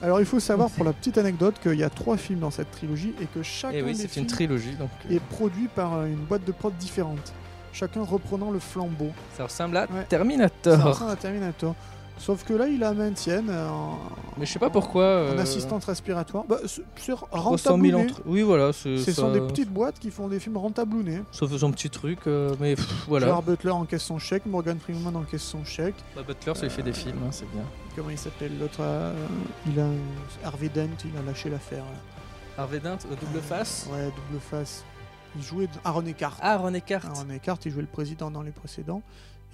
Alors il faut savoir pour la petite anecdote qu'il y a trois films dans cette trilogie et que chacun Eh oui, des c'est une films trilogie, donc euh, est produit par euh, une boîte de prod différente. Chacun reprenant le flambeau. ça ressemble à Ouais. C'est en Terminator. train à Terminator. Sauf que là, il la maintiennent euh, en, Mais je sais pas pourquoi. euh, en assistante respiratoire. Bah, c'est c'est 300 000 rentable. entre- Oui, voilà, c'est Ce ça- sont des petites boîtes qui font des films rentablonnés. Ça fait son petit truc, euh, mais pff, voilà. Gerard Butler encaisse son chèque, Morgan Freeman encaisse son chèque. Bah, Butler, ça il fait des films, hein, c'est bien. Comment il s'appelle l'autre euh, Il a Harvey Dent, il a lâché l'affaire. là. Harvey Dent, euh, double face. Ouais, double face. Il jouait dans- Aaron Eckhart. Ah, René Carte. Aaron Eckhart, il jouait le président dans les précédents.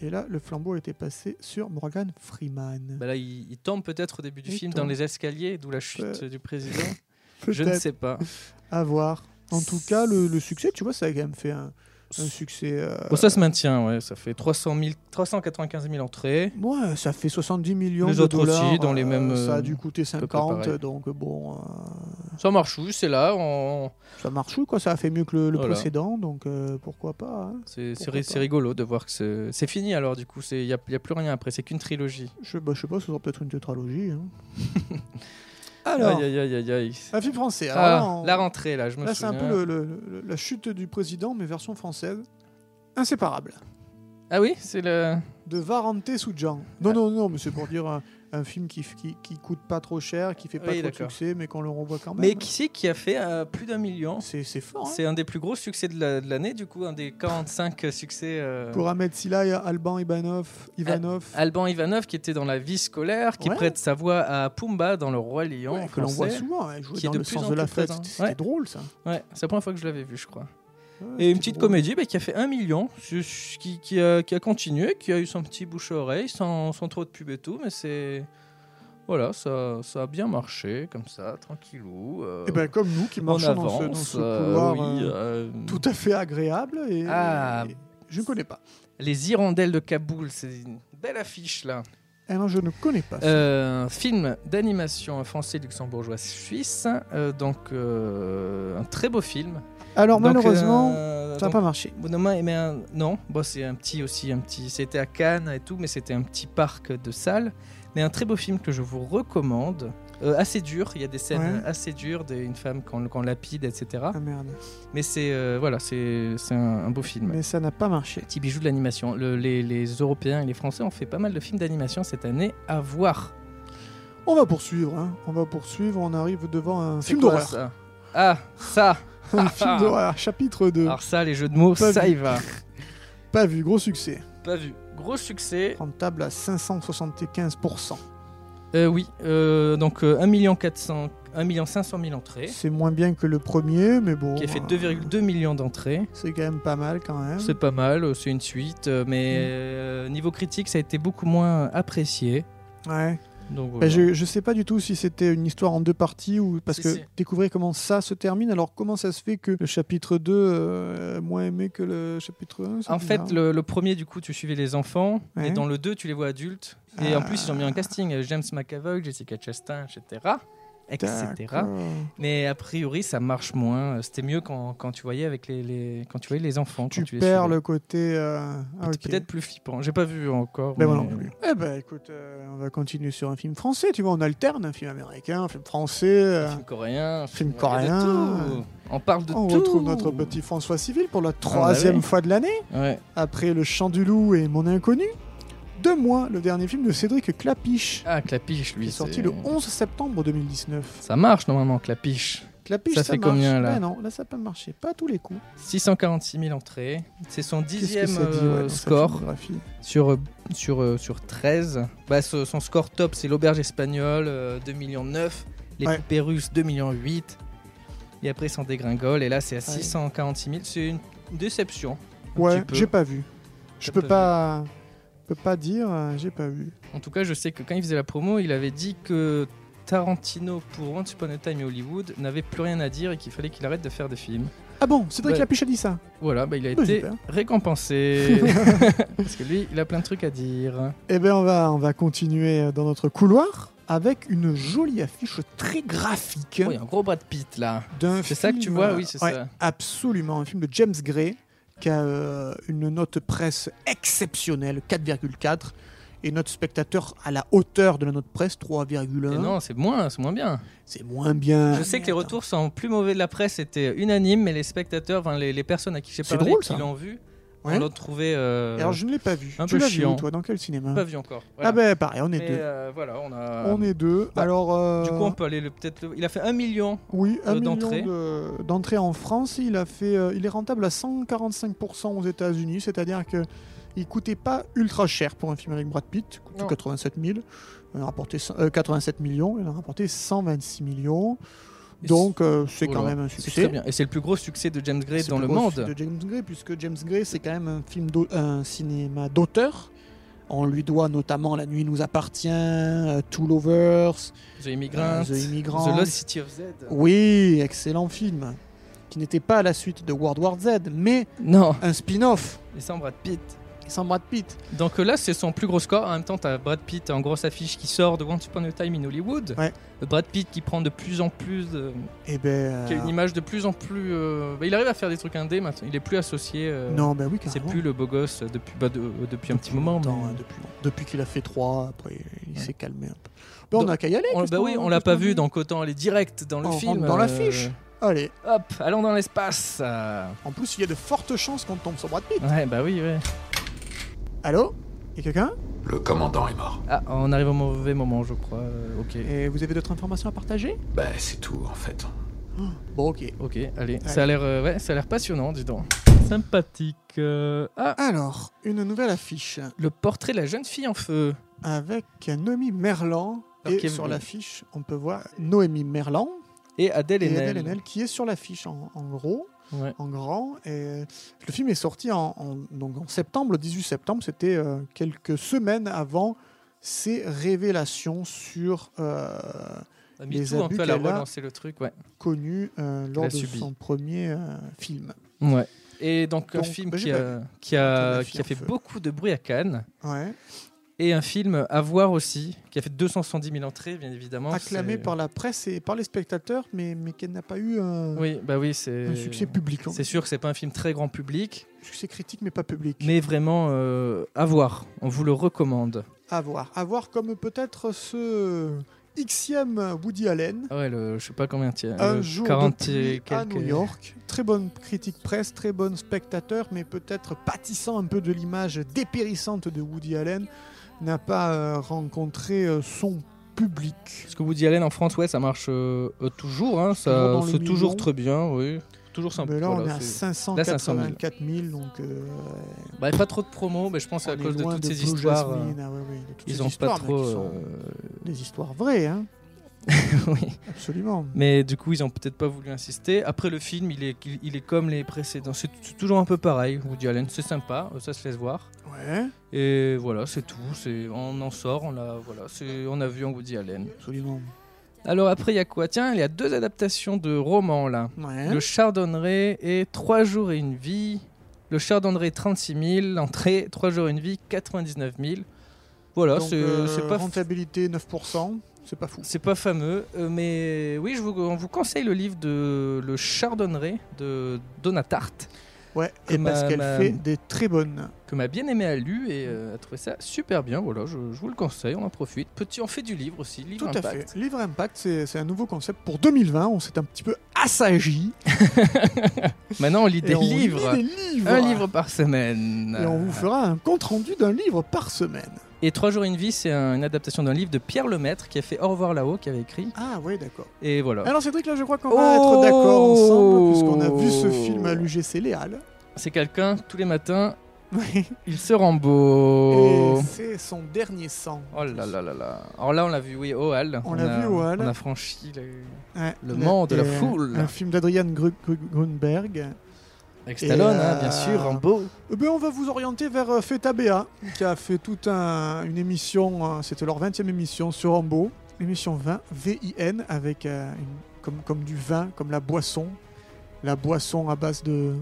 Et là, le flambeau était passé sur Morgan Freeman. Bah là, il, il tombe peut-être au début du Il film tombe. dans les escaliers, d'où la chute Peut- euh, du président. Je ne Peut-être sais pas. à voir. En tout cas, le, le succès, tu vois, ça a quand même fait un, un succès. euh, Bon, ça se maintient, ouais. Ça fait 300 000 395 000 entrées. Ouais, ça fait 70 millions Les de autres aussi, dollars. dans les mêmes, Ça euh, a dû coûter peu près 50, pareil. donc bon, euh, Ça marche, oui, c'est là. On... ça marche quoi. Ça a fait mieux que le, le Voilà. précédent, donc euh, pourquoi pas. hein. C'est c'est Pourquoi ri- c'est pas. rigolo de voir que c'est- c'est fini alors, du coup. Il n'y a, y a plus rien après, c'est qu'une trilogie. Je, bah, je sais pas, ce sera peut-être une tétralogie. hein. Alors, Aïe, aïe, aïe, aïe, aïe. un film français. Alors Ah, là, on- la rentrée, là, je me là, c'est souviens. un peu le- le- le- la chute du président, mais version française. Inséparable. Ah oui, c'est le. De Varenté Soudjan. Ah. Non, non, non, mais c'est pour dire un, un film qui, qui, qui coûte pas trop cher, qui fait pas Oui, trop de d'accord. succès, mais qu'on le renvoie quand même. Mais qui c'est qui a fait euh, plus d'un million C'est c'est fort. hein. C'est un des plus gros succès de la- de l'année, du coup, un des 45 succès. euh, Pour Ahmed Silla, il y a Alban Ivanov. Ivanov. Alban Ivanov, qui était dans la vie scolaire, qui Ouais. prête sa voix à Pumba dans Le Roi Lion. Ouais, en que l'on voit français. souvent, elle jouait qui est dans de le plus sens en de la plus fête, présent. c'était c'était Ouais. drôle ça. Ouais, c'est la première fois que je l'avais vu, je crois. Ouais, Et c'était une petite drôle. comédie bah, qui a fait un million, ce- ce- qui, qui a, qui a continué, qui a eu son petit bouche-oreille, sans, sans trop de pub et tout, mais c'est. Voilà, ça, ça a bien marché, comme ça, tranquillou. euh, Et ben comme nous qui on marchons dans ce, dans avance, ce euh, couloir oui, euh, euh, tout à fait agréable et, Ah. et je ne connais pas. Les Hirondelles de Kaboul, c'est une belle affiche là. Ah non, je ne connais pas. ça. Euh, un film d'animation français, luxembourgeois, suisse. euh, donc euh, un très beau film. Alors Donc, malheureusement, euh, ça n'a donc, pas marché. Bonhomme et Mer- non, bon, c'est un petit aussi, un petit. C'était à Cannes et tout, mais c'était un petit parc de salles. Mais un très beau film que je vous recommande. Euh, assez dur, il y a des scènes Ouais. assez dures d'une femme quand, quand lapide, etc. Ah merde. Mais c'est euh, voilà, c'est c'est un, un beau film. Mais ça n'a pas marché. Petit bijou de l'animation. Le- les, les Européens et les Français ont fait pas mal de films d'animation cette année à voir. On va poursuivre, hein. on va poursuivre, on arrive devant un C'est film quoi, d'horreur. ça Ah, ça un film d'horreur, chapitre 2. Ah. Alors ça, les jeux de mots, Pas ça vu. y va. Pas vu, gros succès. Pas vu. Gros succès. Rentable à 575%. Euh, oui, euh, donc euh, 1 million 400 1 million 500 000 entrées, C'est moins bien que le premier, mais bon. qui a fait euh, Ah. 2,2 millions d'entrées. C'est quand même pas mal quand même. C'est pas mal, euh, c'est une suite, euh, mais Mm. euh, niveau critique, ça a été beaucoup moins apprécié. Ouais. Donc Bah, voilà. je, je sais pas du tout si c'était une histoire en deux parties ou parce Si, que si. découvrir comment ça se termine. Alors comment ça se fait que le chapitre 2 euh, est moins aimé que le chapitre 1 En fait, le, le premier, du coup, tu suivais les enfants, Ouais. et dans le 2, tu les vois adultes. Et en Ah. plus, ils ont mis un casting euh, James McAvoy, Jessica Chastain, etc. etc. Mais a priori, ça marche moins. Euh, C'était mieux quand, quand tu voyais avec les, les- quand tu voyais les enfants. Tu, quand tu les perds suivais. le côté. euh, ah, Peut- ok. Peut-être plus flippant. J'ai pas vu encore. Ben mais- moi non plus. Eh ben écoute, euh, on va continuer sur un film français. Tu vois, on alterne un film américain, un film français. euh, Film coréen, Film il y a de coréen. tout. On parle de on tout. Ah, bah retrouve notre petit François Civil pour la ouais. troisième fois de l'année. Ouais. Après Le Chant du Loup et Mon Inconnu. Deux mois, le dernier film de Cédric Clapiche. Ah, Clapiche, qui lui. est sorti c'est- le 11 septembre 2019. Ça marche normalement, Clapiche. Clapiche, Ça ça, fait marche. combien, là Ah non, là ça peut marcher, pas à tous les coups. 646 000 entrées. C'est son Qu'est-ce dixième ça dit, ouais, euh, dans sa score filmographie sur, euh, sur, euh, sur 13. Bah, ce- son score top, c'est L'Auberge Espagnole, euh, 2 millions 9. Les Ouais. Poupées Russes, 2 millions 8. Et après, il s'en dégringole. Et là, c'est à 646 000. C'est une déception. un Ouais, petit peu. j'ai pas vu. Je T'as peux pas pas, peux pas dire, euh, j'ai pas vu. En tout cas, je sais que quand il faisait la promo, il avait dit que Tarantino pour Once Upon a Time et Hollywood n'avait plus rien à dire et qu'il fallait qu'il arrête de faire des films. Ah bon, Cédric Ouais. Clapiche a dit ça. Voilà, bah, il a Bah, été super. récompensé. Parce que lui, il a plein de trucs à dire. Eh bien, on va, on va continuer euh, dans notre couloir avec une jolie affiche très graphique Oh, il y a un gros Brad Pitt là. d'un C'est ça que tu film, vois euh, Oui, c'est ouais, ça. Absolument, un film de James Gray qui a euh, une note presse exceptionnelle, 4,4, et notre spectateur à la hauteur de la note presse, Et 3,1. non, c'est moins, c'est moins bien. C'est moins bien. Je sais que les retours sont plus mauvais de la presse étaient unanimes, mais les spectateurs, enfin, les, les personnes à qui j'ai C'est parlé drôle, qui ça. l'ont vu, Ouais. on l'a trouvé. euh, Alors je ne l'ai pas vu. un tu peu l'as chiant. vu toi dans quel cinéma pas vu encore. Voilà. Ah ben pareil, on est Mais, deux. euh, voilà, on a. On est deux. bah, Alors euh, Du coup, on peut aller le- peut-être. le- Il a fait 1 million. oui, un euh, million d'entrées. de- d'entrées en France, il a fait, euh, il est rentable à 145% aux États-Unis, c'est-à-dire que il coûtait pas ultra cher pour un film avec Brad Pitt, il coûtait Non. 87 000, il a rapporté cent- euh, 87 millions, il a rapporté 126 millions. Et Donc euh, c'est Oh quand là, même un c'est succès. très bien. Et c'est le plus gros succès de James Gray C'est dans le plus gros monde. film de James Gray, puisque James Gray, c'est quand même un, film d'au- un cinéma d'auteur. On lui doit notamment La Nuit nous appartient, euh, Two Lovers. The Immigrant, Euh, The Oh. Immigrant. The Lost City of Z. Oui, excellent film. Qui n'était pas la suite de World War Z, mais Non, un spin-off et sans Brad Pitt. sans Brad Pitt. Donc euh, là, c'est son plus gros score. En même temps, t'as Brad Pitt en grosse affiche qui sort de Once Upon a Time in Hollywood. Ouais. Euh, Brad Pitt qui prend de plus en plus, de- Eh ben. qui a une euh, image de plus en plus. euh, bah, il arrive à faire des trucs indés maintenant. Il est plus associé. euh, non, ben oui, C'est carrément. plus le beau gosse depuis, bah, de- euh, depuis un petit Depuis moment. longtemps, mais- hein, depuis longtemps. depuis qu'il a fait 3, après il Ouais. s'est calmé un peu. Ben, on Donc, a qu'à y aller. hein, On- qu'est-ce bah qu'on- oui, on qu'est-ce l'a pas qu'on vu, dit donc autant aller direct dans le On film. euh, rentre dans l'affiche. Allez, Hop, allons dans l'espace. euh. en plus il y a de fortes chances qu'on tombe sur Brad Pitt. Ouais, bah oui, ouais. Allô Y'a quelqu'un Le commandant est mort. Ah, on arrive au mauvais moment, je crois. Euh, ok, Et vous avez d'autres informations à partager Ben, c'est tout, en fait. Bon, ok. ok, allez. Ça a l'air, euh, ouais, ça a l'air passionnant, dis donc. Sympathique. euh. Ah, Alors, une nouvelle affiche le portrait de la jeune fille en feu. avec Noémie Merlan. Alors, et Kevin. sur l'affiche, on peut voir Noémie Merlan Et Adèle et Haenel. Adèle Haenel qui est sur l'affiche en, en gros, Ouais. en grand. Et euh, le film est sorti en, en- donc en septembre, le 18 septembre. C'était euh, quelques semaines avant ces révélations sur euh, A mis Les tout un abus peu à la qu'elle a. relancer le truc, ouais. connues euh, lors a de subi. son premier euh, film. Ouais. Et donc, un Donc, film bah, j'ai qui, pas a, qui, a, La qui fille a en fait feu. beaucoup de bruit à Cannes. Ouais. Et un film à voir aussi, qui a fait 270 000 entrées, bien évidemment. Acclamé Oh, c'est- par la presse et par les spectateurs, mais, mais qu'elle n'a pas eu un, Oui, bah oui, c'est. un succès public. hein. C'est sûr que c'est pas un film très grand public, Succès critique, mais pas public. mais vraiment euh, à voir. On vous le recommande. À voir. À voir comme peut-être ce Xème Woody Allen. Ah Ouais, le, je sais pas combien tiens. Un le jour de 40 pluie et à quelques- New York. Très bonne critique presse, très bon spectateur, mais peut-être pâtissant un peu de l'image dépérissante de Woody Allen, n'a pas euh, rencontré euh, son public. Parce que Woody Allen en France, ouais, ça marche euh, euh, toujours. hein, Toujours ça, dans le c'est toujours million. très bien, oui. toujours simple. Mais là, on est Voilà, à c'est- 584 000, donc euh, Bah, pas trop de promos, mais je pense on à est cause de loin toutes de ces Blue histoires. euh, Jasmine, ah ouais, ouais, de toutes Ils ces ont pas histoires, mais trop. qui sont euh, Des histoires vraies, hein oui. absolument. Mais du coup, ils ont peut-être pas voulu insister. Après, le film, il est, il, il est comme les précédents. C'est c'est toujours un peu pareil. Woody Allen, c'est sympa, euh, ça se laisse voir. Ouais, Et voilà, c'est tout. C'est, on en sort, on a, voilà, c'est, on a vu en Woody Allen. absolument. Alors après, il y a quoi Tiens, il y a deux adaptations de romans là. Ouais. Le Chardonneret et Trois jours et une vie. Le Chardonneret 36 000, l'entrée Trois jours et une vie 99 000. Voilà, Donc, Ah, c'est, euh, c'est pas Rentabilité 9%, c'est pas fou. C'est pas fameux, euh, mais oui, je vous, on vous conseille le livre de Le Chardonneret de Donna Tartt, Ouais, et Comme, parce euh, qu'elle ma- fait des très bonnes. que ma bien aimée a lu et euh, a trouvé ça super bien. Voilà, je, je vous le conseille, on en profite. Petit, on fait du livre aussi, livre Tout à impact. fait. Livre Impact, c'est c'est un nouveau concept pour 2020. On s'est un petit peu assagi. Maintenant, on lit et des on lit livres, des livres. un livre par semaine. Et on vous fera un compte rendu d'un livre par semaine. Et Trois jours et une vie, c'est un- une adaptation d'un livre de Pierre Lemaître qui a fait Au revoir là-haut, qui avait écrit. Ah ouais, d'accord. Et voilà. Ah. Alors Cédric, là, je crois qu'on Oh va être d'accord ensemble puisqu'on a vu ce film à l'UGC Léal. C'est quelqu'un, tous les matins, Ouais. il se rend beau. Et c'est son dernier sang. Oh là là là là. Alors là, on l'a vu, oui, au Hall. On l'a a- vu au Hall. On a franchi le. Ouais. Le Mans de la Et, euh, foule. Un film d'Adrian Gru- Gru- Grunberg. Avec Et, Stallone, hein, euh, bien sûr, Rambo. Eh ben, on va vous orienter vers euh, Feta Bea, qui a fait toute un- une émission, hein, c'était leur 20e émission sur Rambo, émission 20, VIN, avec euh, une- comme, comme du vin, comme la boisson, la boisson à base de,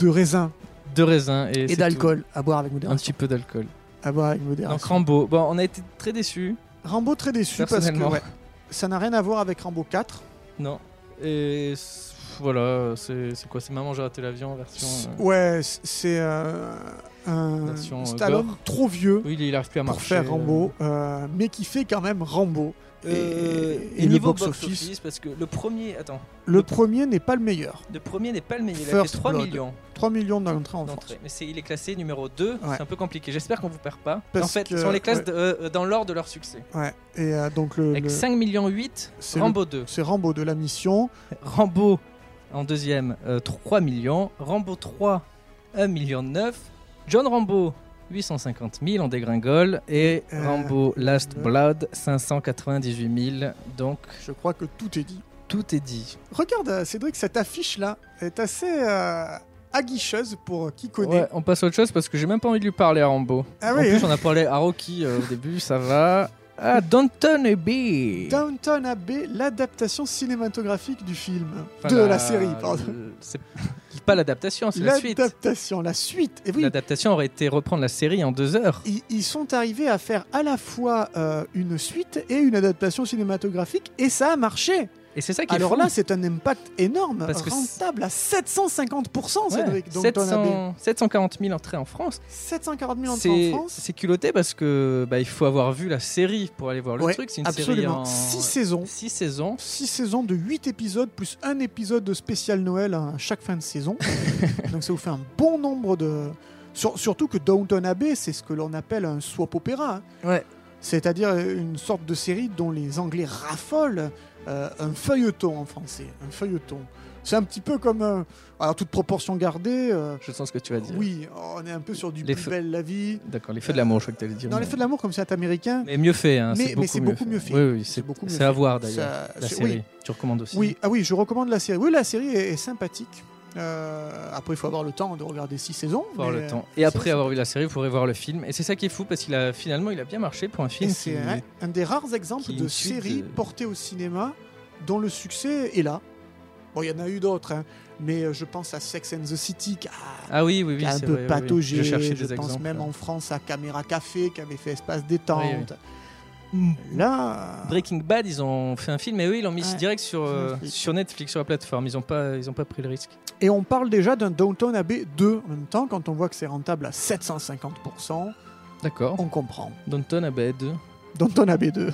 de raisin De raisin et, et c'est d'alcool, à boire avec tout. Un modération. petit peu d'alcool. À boire avec Donc modération. Rambo. Bon, on a été très déçus. Rambo très déçu parce que Personnellement. ouais, ça n'a rien à voir avec Rambo 4. Non. Et c'est- voilà, c'est c'est quoi C'est Maman, j'ai raté l'avion version. euh, Ouais, c- c'est euh, un Version, euh, Stallone gore. trop vieux Oui, il arrive plus à pour marcher. faire Rambo, euh, mais qui fait quand même Rambo. Euh, Et- et, et le niveau box-office. box-office, parce que le premier, attends, Le premier n'est pas le meilleur. le premier n'est pas le meilleur. Il a fait First 3 Blood. millions 3 millions d'entrées en France. d'entrées. Mais c'est- il est classé numéro 2. Ouais. C'est un peu compliqué. J'espère qu'on vous perd pas. Parce en fait, que- si on les classe ouais. de- euh, dans l'ordre de leur succès. Ouais. Et euh, donc le, Avec le- 5 millions 8, c'est le- Rambo 2. c'est Rambo de la mission. Rambo en deuxième, euh, 3 millions. Rambo 3, 1 million 9. John Rambo, 850 000 en dégringole. Et Euh, Rambo Last le- Blood, 598 000. Donc Je crois que tout est dit. tout est dit. Regarde euh, Cédric, cette affiche là est assez euh, aguicheuse pour euh, qui connaît. Ouais, on passe à autre chose parce que j'ai même pas envie de lui parler à Rambo. Ah en oui, plus, hein. on a parlé à Rocky euh, au début, ça va. Ah, Danton et B. Downton Abbey, l'adaptation cinématographique du film de la, série, pardon. C'est pas l'adaptation, c'est la suite. L'adaptation, la suite. Et oui, L'adaptation aurait été reprendre la série en deux heures. ils, ils sont arrivés à faire à la fois euh, une suite et une adaptation cinématographique, et ça a marché. Et c'est ça qui est Alors fou. là, c'est un impact énorme, Parce que c'est- rentable à 750%, Ouais, Cédric. Donc, on a bien 700 740 000 entrées en France. 740 000 entrées en C'est France. c'est culotté parce que bah, il faut avoir vu la série pour aller voir le Ouais, truc. C'est une Absolument. série 6 en saisons. six saisons. 6 saisons de 8 épisodes, plus un épisode de spécial Noël à chaque fin de saison. Donc ça vous fait un bon nombre de... Sur- surtout que Downton Abbey, c'est ce que l'on appelle un soap opéra. hein. Ouais. C'est-à-dire une sorte de série dont les Anglais raffolent. euh, un feuilleton en français. Un feuilleton. C'est un petit peu comme... un- Alors toute proportion gardée... euh, Je sens ce que tu vas dire. Oui, on est un peu sur du Les plus feux- belle la vie. D'accord, les feux de l'amour, je crois que tu allais dire. Dans les feux de l'amour, comme c'est américain. Mais mieux fait, hein, Mais- c'est mais beaucoup, c'est beaucoup mieux fait. Oui, oui, C'est c'est beaucoup mieux C'est fait. à voir d'ailleurs. ça- La c'est- série, oui, tu recommandes aussi. oui, ah oui, je recommande la série. Oui, la série est, est sympathique. Euh, après, il faut avoir le temps de regarder six saisons. Faut avoir mais, le euh, temps. c'est- Et après avoir vu la série, vous pourrez voir le film. Et c'est ça qui est fou parce qu'il a finalement, il a bien marché pour un et film. c'est qui- un, un des rares exemples qui de une suite séries de- portées au cinéma dont le succès est là. Bon, il y en a eu d'autres, hein, mais euh, je pense à Sex and the City, qui a, Ah oui, oui, oui. qui a un c'est peu vrai, oui, oui. pataugé. Je cherchais des pense exemples. même en France à Caméra Café, qui avait fait Espace Détente. Mm. Là, Breaking Bad, ils ont fait un film, mais oui, ils l'ont mis Ouais, direct sur, sur euh, Netflix. sur Netflix, sur la plateforme. Ils n'ont pas, ils ont pas pris le risque. Et on parle déjà d'un Downton Abbey 2 en même temps, quand on voit que c'est rentable à 750%, D'accord. on comprend. Oh. Downton Abbey 2. Downton Abbey 2.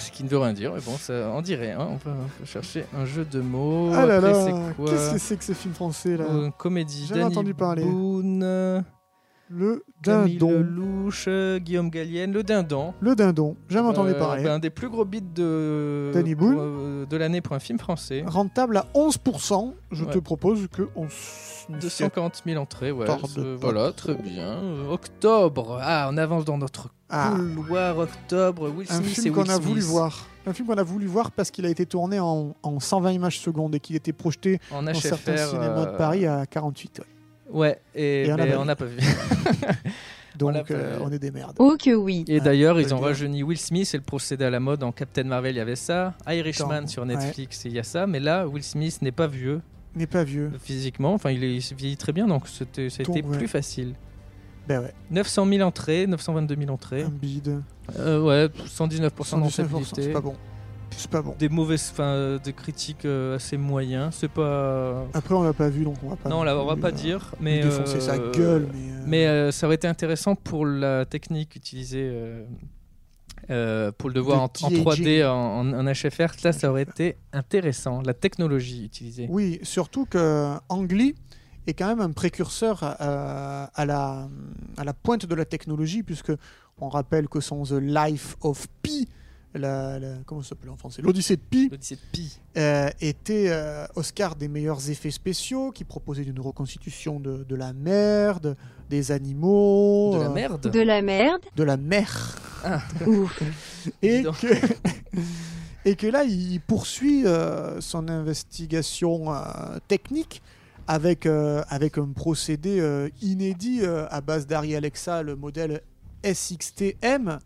Ce qui ne veut rien dire, mais bon, ça, on dirait. hein. On, peut, on peut chercher un jeu de mots. Ah là Après, là, c'est quoi qu'est-ce que c'est que ce film français là Euh, Comédie. J'en ai Danny entendu parler. Boone. Le Camille dindon. Lelouch, euh, Guillaume Gallienne, le dindon. Le dindon. Jamais entendu Euh, parler. ben, un des plus gros bits de, Danny Boone. Ah, pour, euh, de l'année pour un film français. Rentable à 11%. Je Ouais. te propose que on s- 240 000 entrées, ouais. Tord de euh, pop. voilà, très bien. Euh, Octobre. Ah, on avance dans notre Ah, couloir. Octobre. Will un Smith et film qu'on Will a voulu Smith. voir. Un film qu'on a voulu voir parce qu'il a été tourné en, en 120 images secondes et qu'il était projeté En dans HFR. certains cinémas de euh, Paris à 48. ouais. Ouais, et, Et on mais a pas on vu. n'a pas vu. l'a Donc pas euh, vu. on est des merdes. Oh que oui. Et Ah, d'ailleurs, faut ils le ont dire. rajeuni Will Smith et le procédé à la mode. En Captain Marvel, il y avait ça. Irishman Dans- sur Netflix, il y a ça. Mais là, Will Smith n'est pas vieux N'est pas vieux. physiquement. Enfin, il, est, il se vieillit très bien, donc c'était, ça a Donc, été ouais. plus facile. Ben ouais, 900 000 entrées, 922 000 entrées. un bide. Euh, ouais, 119% 119%, c'est d'entabilité. pas bon. C'est pas bon. Des mauvaises, enfin, euh, des critiques euh, assez moyens. C'est pas. Après, on l'a pas vu, donc on va pas. non, là, on va plus, pas euh, dire. lui Mais défoncer euh, sa gueule, mais. euh, Mais euh, ça aurait été intéressant pour la technique utilisée euh, euh, pour le devoir en, De en DAG. 3D, en, en- en HFR. Là, ça aurait été intéressant, la technologie utilisée. Oui, surtout que euh, Ang Lee est quand même un précurseur euh, à, la, à la pointe de la technologie, puisque on rappelle que son The Life of Pi, la, la- comment ça s'appelle en français, l'Odyssée de Pi, L'Odyssée de Pi. euh, était euh, Oscar des meilleurs effets spéciaux, qui proposait une reconstitution de, de la merde, des animaux, de la euh, merde. De la merde. de la mer. Ouf. Ah. Dis et, donc. que, et que là, il poursuit euh, son investigation euh, technique avec, euh, avec un procédé euh, inédit euh, à base d'Ari Alexa, le modèle SXTM,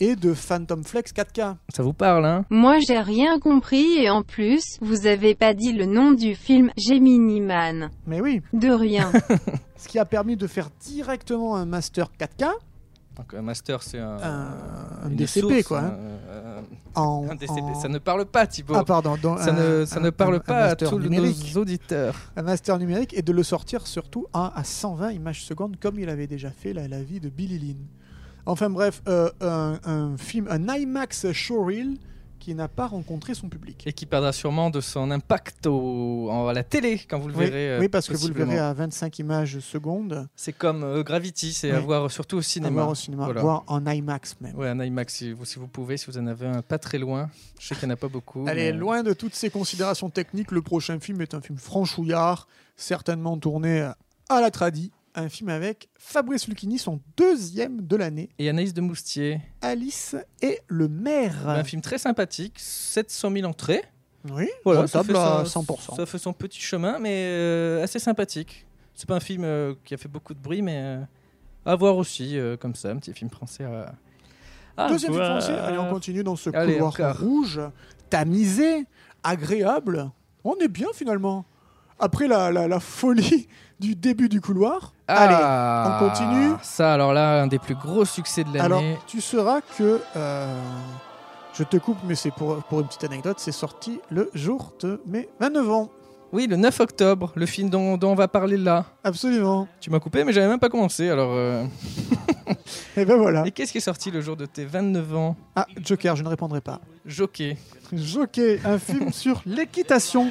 et de Phantom Flex 4K. Ça vous parle, hein Moi j'ai rien compris et en plus, vous avez pas dit le nom du film Gemini Man. Mais oui, De rien. ce qui a permis de faire directement un master 4K Donc, un master, c'est un, Un- un une DCP, source, quoi, hein. euh, en... euh, un DCP. en- Ça ne parle pas, Thibaut. Ah pardon, dans ça un- ne, ça ne un- parle un- un pas à master tous numérique. nos auditeurs. un master numérique et de le sortir surtout à, à 120 images secondes comme il avait déjà fait la, la vie de Billy Lynn. Enfin bref, euh, un, un film, un IMAX showreel qui n'a pas rencontré son public. Et qui perdra sûrement de son impact au- en- à la télé quand vous le Oui, verrez. euh, oui, parce que vous le possiblement. verrez à 25 images secondes, C'est comme euh, Gravity, c'est Oui. à voir surtout au cinéma. à voir au cinéma, Voilà. voire en IMAX même. Ouais, un IMAX, si vous, si vous pouvez, si vous en avez un pas très loin. Je sais qu'il n'y en a pas beaucoup. Elle mais- euh, est loin de toutes ces considérations techniques. Le prochain film est un film franchouillard, certainement tourné à la tradie. Un film avec Fabrice Lucchini, son deuxième de l'année, euh, Et Anaïs de Moustier, Alice et le maire. un film très sympathique, 700 000 entrées. Oui, Voilà, ça fait, rentable à son, 100%. ça fait son petit chemin, mais euh, assez sympathique. C'est pas un film euh, qui a fait beaucoup de bruit, mais euh, à voir aussi, euh, comme ça, un petit film français. à- à Deuxième film voir. français, allez, on continue dans ce Allez, couloir encore. rouge, tamisé, agréable. On est bien finalement. Après la, la, la folie du début du couloir, allez, Ah, on continue. Ça, alors là, un des plus gros succès de alors l'année. tu sauras que. euh, je te coupe, mais c'est pour, pour une petite anecdote, c'est sorti le jour de mes 29 ans. Oui, le 9 octobre, le film dont- dont on va parler là. Absolument. Tu m'as coupé, mais j'avais même pas commencé. Alors, euh, Et ben voilà. et qu'est-ce qui est sorti le jour de tes 29 ans Ah, Joker, je ne répondrai pas. Jockey. Jockey, un film sur l'équitation.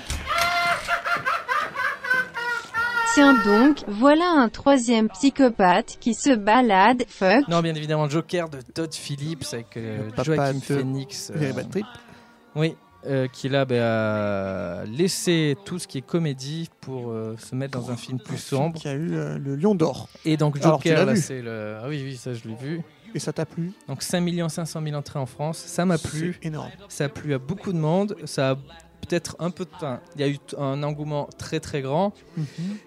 Tiens donc, voilà un troisième psychopathe qui se balade, fuck, Non, bien évidemment, Joker de Todd Phillips avec euh, Le papa Joaquin de Phoenix. euh, Les bad trips. oui, euh, qui là bah, a laissé tout ce qui est comédie pour euh, se mettre dans un film plus sombre. Qui a eu euh, le Lion d'Or. Et donc Alors, tu l'as Joker, là, vu. c'est le. Ah oui, oui, ça je l'ai vu. Et ça t'a plu Donc 5 500 000 entrées en France, ça m'a plu. C'est énorme. Ça a plu à beaucoup de monde. Ça a peut-être un peu de enfin, Il y a eu t- un engouement très très grand.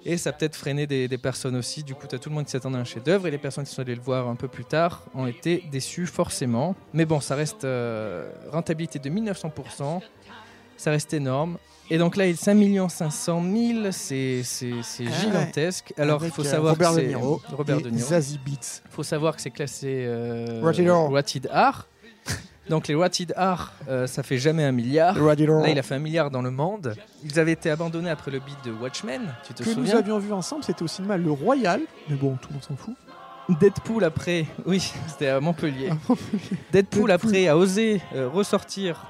Et ça a peut-être freiné des, des personnes aussi. Du coup, tu as tout le monde qui s'attendait à un chef-d'œuvre. Et les personnes qui sont allées le voir un peu plus tard ont été déçues forcément. Mais bon, ça reste euh, rentabilité de 1900%. Ça reste énorme. Et donc là, il y a 5 500 000, c'est c'est- c'est Ah ouais. gigantesque. Alors, il Avec, faut euh, savoir Robert que De c'est- Niro. Robert et De Niro. Zazie Beetz. Il faut savoir que c'est classé euh, Rated R. rated R. Donc les rated R, euh, ça fait jamais un milliard. Là, il a fait un milliard dans le monde. Ils avaient été abandonnés après le beat de Watchmen, tu te Que nous souviens avions vu ensemble, c'était au cinéma Le Royal. Mais bon, tout le monde s'en fout. Deadpool après, oui, c'était à Montpellier. Ah, Deadpool Deadpool. après a osé euh, ressortir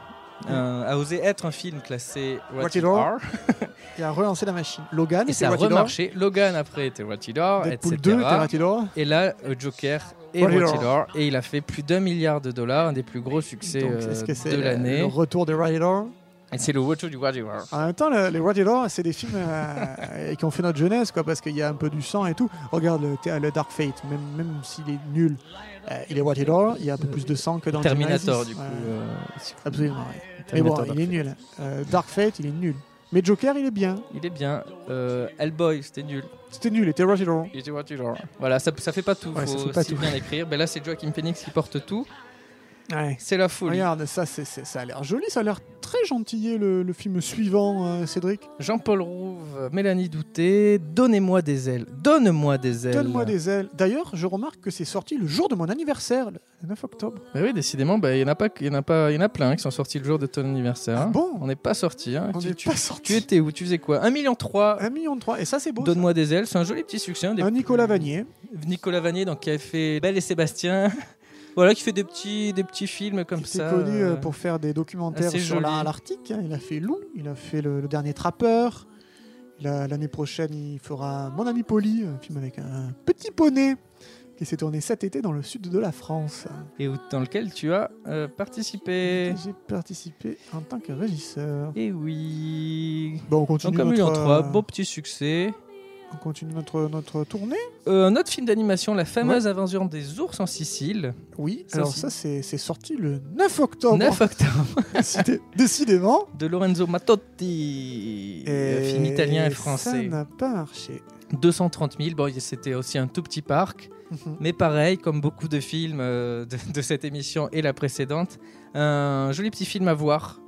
euh, a osé être un film classé Rated Rated R. R, Il a relancé la machine. Logan, et c'est ça a remarché. Logan après était Rated R, Deadpool etc. 2, était Rated R. Et là, euh, Joker est Rated Rated R. R, et il a fait plus d'un milliard de dollars, un des plus gros succès Donc, euh, est-ce que c'est de le- l'année. le retour de Rated R Et c'est le retour du Rated R. En même temps, le- les Rated R, c'est des films euh, et qui ont fait notre jeunesse, quoi, parce qu'il y a un peu du sang et tout. Regarde le, thé- le Dark Fate, même, même s'il est nul, euh, il est Rated R, il y a un peu plus de sang que dans le Terminator du coup. Genesis. Ouais, euh, si- absolument. ouais. Mais bon, Terminator Dark Fate. il est nul. Euh, Dark Fate, il est nul. Mais Joker, il est bien. Il est bien. Euh, Hellboy, c'était nul. C'était nul, il était Rated R. Il était Rated R. Voilà, ça, ça fait pas tout. Ouais, ça faut fait pas aussi tout. bien l'écrire. Ben là, c'est Joaquin Phoenix qui porte tout. Ouais. C'est la folie. Regarde, ça, c'est- c'est- ça a l'air joli, ça a l'air très gentillé le, le film suivant, euh, Cédric. Jean-Paul Rouve, Mélanie Douté, donnez-moi des ailes. Donne-moi des ailes. Donne-moi des ailes. D'ailleurs, je remarque que c'est sorti le jour de mon anniversaire, le 9 octobre. Ben oui, décidément, ben, il y en a pas, il y en a pas, il y en a plein hein, qui sont sortis le jour de ton anniversaire. hein. Ah bon On n'est pas sortis. hein. On tu, n'est tu- pas tu sorti. étais où Tu faisais quoi 1,3 million Un million de trois. Et ça, c'est beau. ça. Donne-moi des ailes, c'est un joli petit succès. un des Un Nicolas plus- Vanier. Nicolas Vanier, donc qui a fait Belle et Sébastien. voilà, qui fait des petits, des petits films comme qui s'est ça. connu euh, euh, pour faire des documentaires assez sur la- joli. l'Arctique. hein. Il a fait Loup, il a fait Le, Le Dernier Trappeur. Il a- L'année prochaine, il fera Mon ami Polly, un film avec un petit poney qui s'est tourné cet été dans le sud de la France. euh, et où- dans lequel tu as euh, participé. J'ai participé en tant que régisseur. Et oui. Bon, on continue Donc un million notre, trois, euh, beau petit succès. on continue notre, notre tournée. Euh, un autre film d'animation, la fameuse aventure des ours en Sicile, Oui, Ça alors aussi. ça, c'est c'est sorti le 9 octobre. 9 octobre, Décidé- Décidément. de Lorenzo Mattotti, euh, film italien et Ça français. n'a pas marché. 230 000, bon, c'était aussi un tout petit parc, Mhm. mais pareil, comme beaucoup de films euh, de, de cette émission et la précédente, un joli petit film à voir.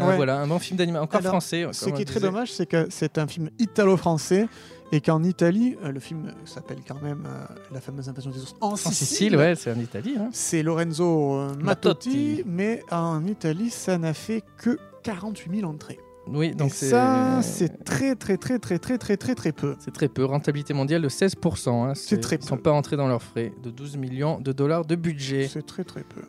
Euh, Ouais. voilà, un bon film d'animation, encore Alors, français. Ce comme on qui est très disait. dommage, c'est que c'est un film italo-français et qu'en Italie, euh, le film s'appelle quand même euh, La fameuse invasion des ours en, En Sicile, ouais, c'est en Italie. hein. C'est Lorenzo euh, Mattotti, Mattotti. mais en Italie, ça n'a fait que 48 000 entrées. Oui, donc et c'est. ça, c'est très, très, très, très, très, très, très, très peu. C'est très peu. Rentabilité mondiale de 16%. hein. C'est très Ils ne sont peu. pas rentrés dans leurs frais. De 12 millions de dollars de budget. C'est très, très peu.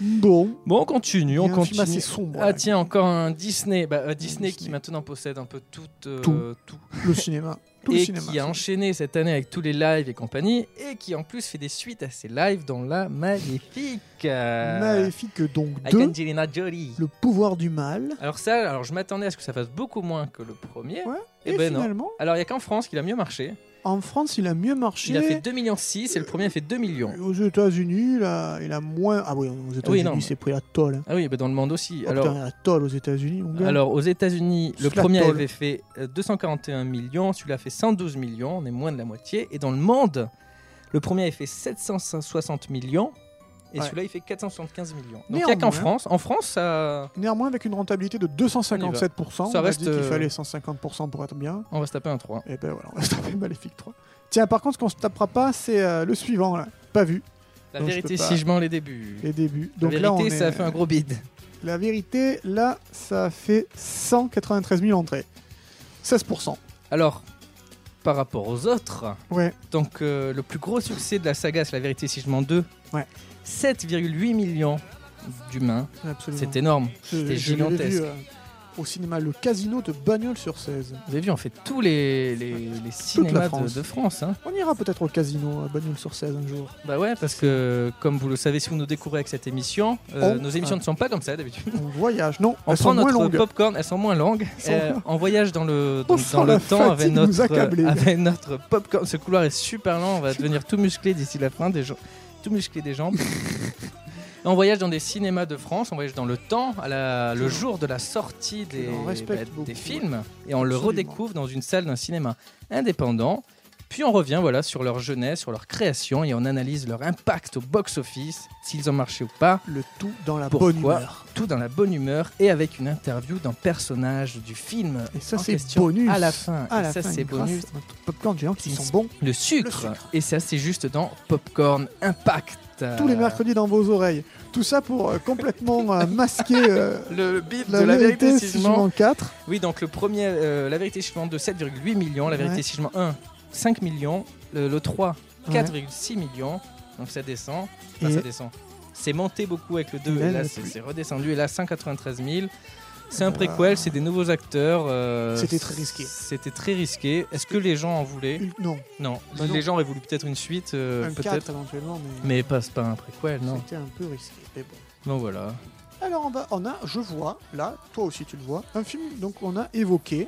Bon, Bon, on continue. il y a On un continue. film assez sombre. ah là. tiens, encore un Disney. Bah, euh, Disney, qui Disney. maintenant possède un peu tout. euh, Tout. tout. le cinéma. Tout le et cinéma. qui a enchaîné cette année avec tous les lives et compagnie. Et qui en plus fait des suites à ses lives dans la magnifique. euh, Maléfique, donc Avec 2, Angelina Jolie. Le pouvoir du mal. Alors ça, alors je m'attendais à ce que ça fasse beaucoup moins que le premier. Ouais. Eh et ben non. finalement, Alors il n'y a qu'en France qu'il a mieux marché. en France, il a mieux marché. Il a fait 2,6 millions et le premier a fait 2 millions. Aux États-Unis, il a, il a moins. Ah oui, aux États-Unis, non, mais- il s'est pris la tolle. hein. Ah oui, bah dans le monde aussi. Oh alors, putain, la tolle aux États-Unis, mon gars. alors, aux États-Unis, le Flat premier ball. avait fait euh, 241 millions, celui-là a fait 112 millions, on est moins de la moitié. Et dans le monde, le premier avait fait 760 millions et Ouais. celui-là il fait 475 millions. Donc il n'y Néanmoins. a qu'en France. En France, ça... Néanmoins, avec une rentabilité de 257%, Ça on reste, a dit qu'il euh, fallait 150% pour être bien. on va se taper un 3. Et ben voilà, on va se taper Maléfique 3. Tiens, par contre, ce qu'on se tapera pas, c'est euh, le suivant, là. Pas vu, La Non, je vérité, peux pas. si je mens les débuts. les débuts. Donc la là, on vérité, ça est- a fait un gros bide. La vérité, là, ça fait 193 000 entrées. 16%. Alors, par rapport aux autres, Ouais. donc euh, le plus gros succès de la saga, c'est La vérité, si je mens 2. Ouais. 7,8 millions d'humains. Absolument. C'est énorme. Je- c'était je l'ai vu, gigantesque. euh, au cinéma, le casino de bagnols sur 16. Vous avez vu, on fait tous les, les, les cinémas France. de, de France. hein. On ira peut-être au casino à bagnols sur 16 un jour. Bah ouais, parce que comme vous le savez, si vous nous découvrez avec cette émission, euh, On- nos émissions ne sont pas comme ça d'habitude. On voyage, non On prend elles sont moins notre longues. popcorn, elles sont moins longues. Elles sont- Euh, on voyage dans le, On dans, sent dans la le temps avec fatigue nous notre, accabler. avec notre popcorn. Ce couloir est super lent, on va devenir tout musclé d'ici la fin des jambes. Tout musclé des jambes. Et on voyage dans des cinémas de France, on voyage dans le temps, à la- le jour de la sortie des, bah, On respecte beaucoup, des films, et on le Absolument. redécouvre dans une salle d'un cinéma indépendant. Puis on revient voilà, sur leur jeunesse, sur leur création, et on analyse leur impact au box-office, s'ils ont marché ou pas Le tout dans la Pourquoi bonne humeur. tout dans la bonne humeur et avec une interview d'un personnage du film. Et ça, en c'est question bonus. À la fin, À et la ça, fin, c'est grâce bonus. à notre Popcorn géant qui Ils sont sont bons Le sucre. sucre. Et ça, c'est juste dans Popcorn Impact. tous les mercredis dans vos oreilles. Tout ça pour euh, complètement euh, masquer euh, Le beat la, de la vérité, si je mens. 4. Oui, donc le premier, euh, la vérité si je mens de 7,8 millions, la vérité Ouais. si je mens 1, 5 millions, le, 3, 4,6 millions. Donc ça descend. Enfin, Et- ça descend. C'est monté beaucoup avec le 2, Mais et là la c'est pluie. c'est redescendu, et là 193 000. C'est un préquel, c'est des nouveaux acteurs. euh, C'était très risqué. C'était très risqué. Est-ce que les gens en voulaient Une- Non, Non. Bah non. Les gens auraient voulu peut-être une suite, euh, un 4 peut-être. éventuellement, mais, Mais pas, c'est pas un préquel, non. c'était un peu risqué. Mais bon. Donc voilà. Alors en bas, on a, je vois, là, toi aussi tu le vois, un film donc on a évoqué.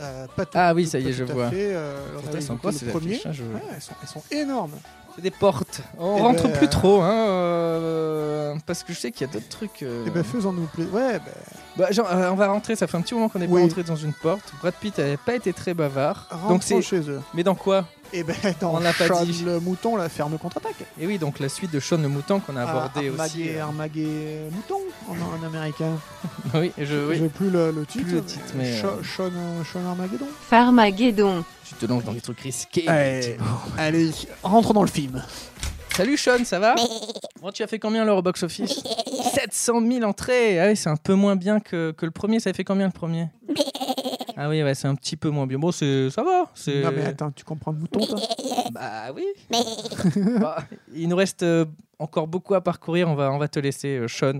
euh, pas tout- Ah oui, ça pas y est, tout je à vois. fait, euh, on Putain, avait c'est évoqué quoi le ces premier. affiches, hein, je- Ouais, elles, sont, elles sont énormes. C'est des portes. On Eh rentre ben, plus trop, hein, euh, parce que je sais qu'il y a d'autres trucs. euh, Et ben faisons-nous plaisir. Ouais, ben, Bah, genre, euh, on va rentrer, ça fait un petit moment qu'on n'est Oui. pas rentré dans une porte. Brad Pitt n'avait pas été très bavard. Donc rentrons c'est. chez eux. Mais dans quoi Et ben dans On l'a pas Shaun dit. le mouton, la ferme contre-attaque. Et Eh oui, donc la suite de Sean le Mouton qu'on a abordé Ah, aussi. Armaguet- euh, Armaguet mouton en, en américain. oui, je, Euh, oui. J'ai plus le, le titre. Plus le titre, mais, Sha- euh, Sean, euh, Sean Armageddon. Farmageddon. Tu te lances dans des trucs risqués. Allez, allez, rentre dans le film. Salut Sean, ça va Bon, tu as fait combien l'euro box office 700 000 entrées Ah oui, c'est un peu moins bien que, que le premier. Ça a fait combien le premier Ah oui, ouais, c'est un petit peu moins bien. Bon, c'est- ça va. c'est- Non mais attends, tu comprends le mouton toi Bah oui. Bah, il nous reste euh, encore beaucoup à parcourir. On va, on va te laisser, euh, Sean.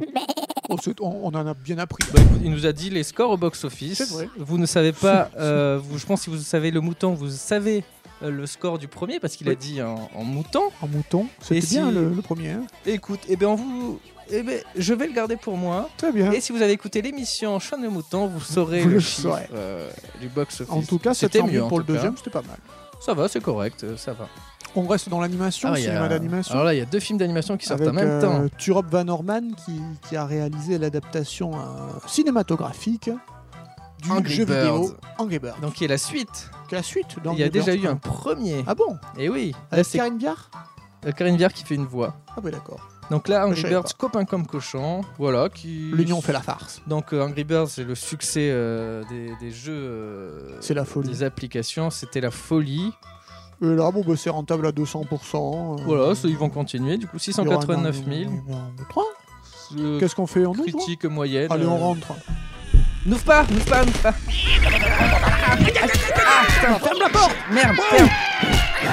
Oh, c'est- on, on en a bien appris. hein. Bah, écoute, il nous a dit les scores au C'est box-office. vrai. Vous ne savez pas, euh, vous, je pense si vous savez le mouton, vous savez euh, le score du premier parce qu'il a Oui. dit en, en mouton. En mouton, Et c'était si- bien le, le premier. hein. Écoute, eh ben on vous, eh ben, je vais le garder pour moi. Très bien. Et si vous avez écouté l'émission Sean le mouton, vous saurez Vous le le chiffre saurez. euh, du box-office. En tout cas, c'était c'était mieux mieux en pour le tout cas. deuxième, c'était pas mal. Ça va, c'est correct, euh, ça va. On reste dans l'animation, Ah, il y a- cinéma d'animation. Alors là, il y a deux films d'animation qui sortent Avec en même euh, temps. Turop Van Orman qui, qui a réalisé l'adaptation euh, cinématographique du Angry jeu vidéo Birds. Angry Birds. Donc il y a la suite. Donc la suite dans il y a déjà eu un premier. Ah bon Et oui, là Avec c'est Karine Viard euh, Karine Viard qui fait une voix. Ah bah d'accord. Donc là, Je Angry savais Birds, copain comme cochon, voilà. Qui... L'union fait la farce. Donc euh, Angry Birds, c'est le succès euh, des, des jeux, euh, C'est la folie. des applications, c'était la folie. Et là, bon, bah, c'est rentable à 200%. euh, Voilà, ça, ils vont continuer. Du coup, il y aura un 689 000. énorme train. euh, Qu'est-ce qu'on fait en outre critique moyenne. Allez, on euh, rentre. N'ouvre pas, n'ouvre pas, n'ouvre pas. Ah putain, ferme la porte Merde, ferme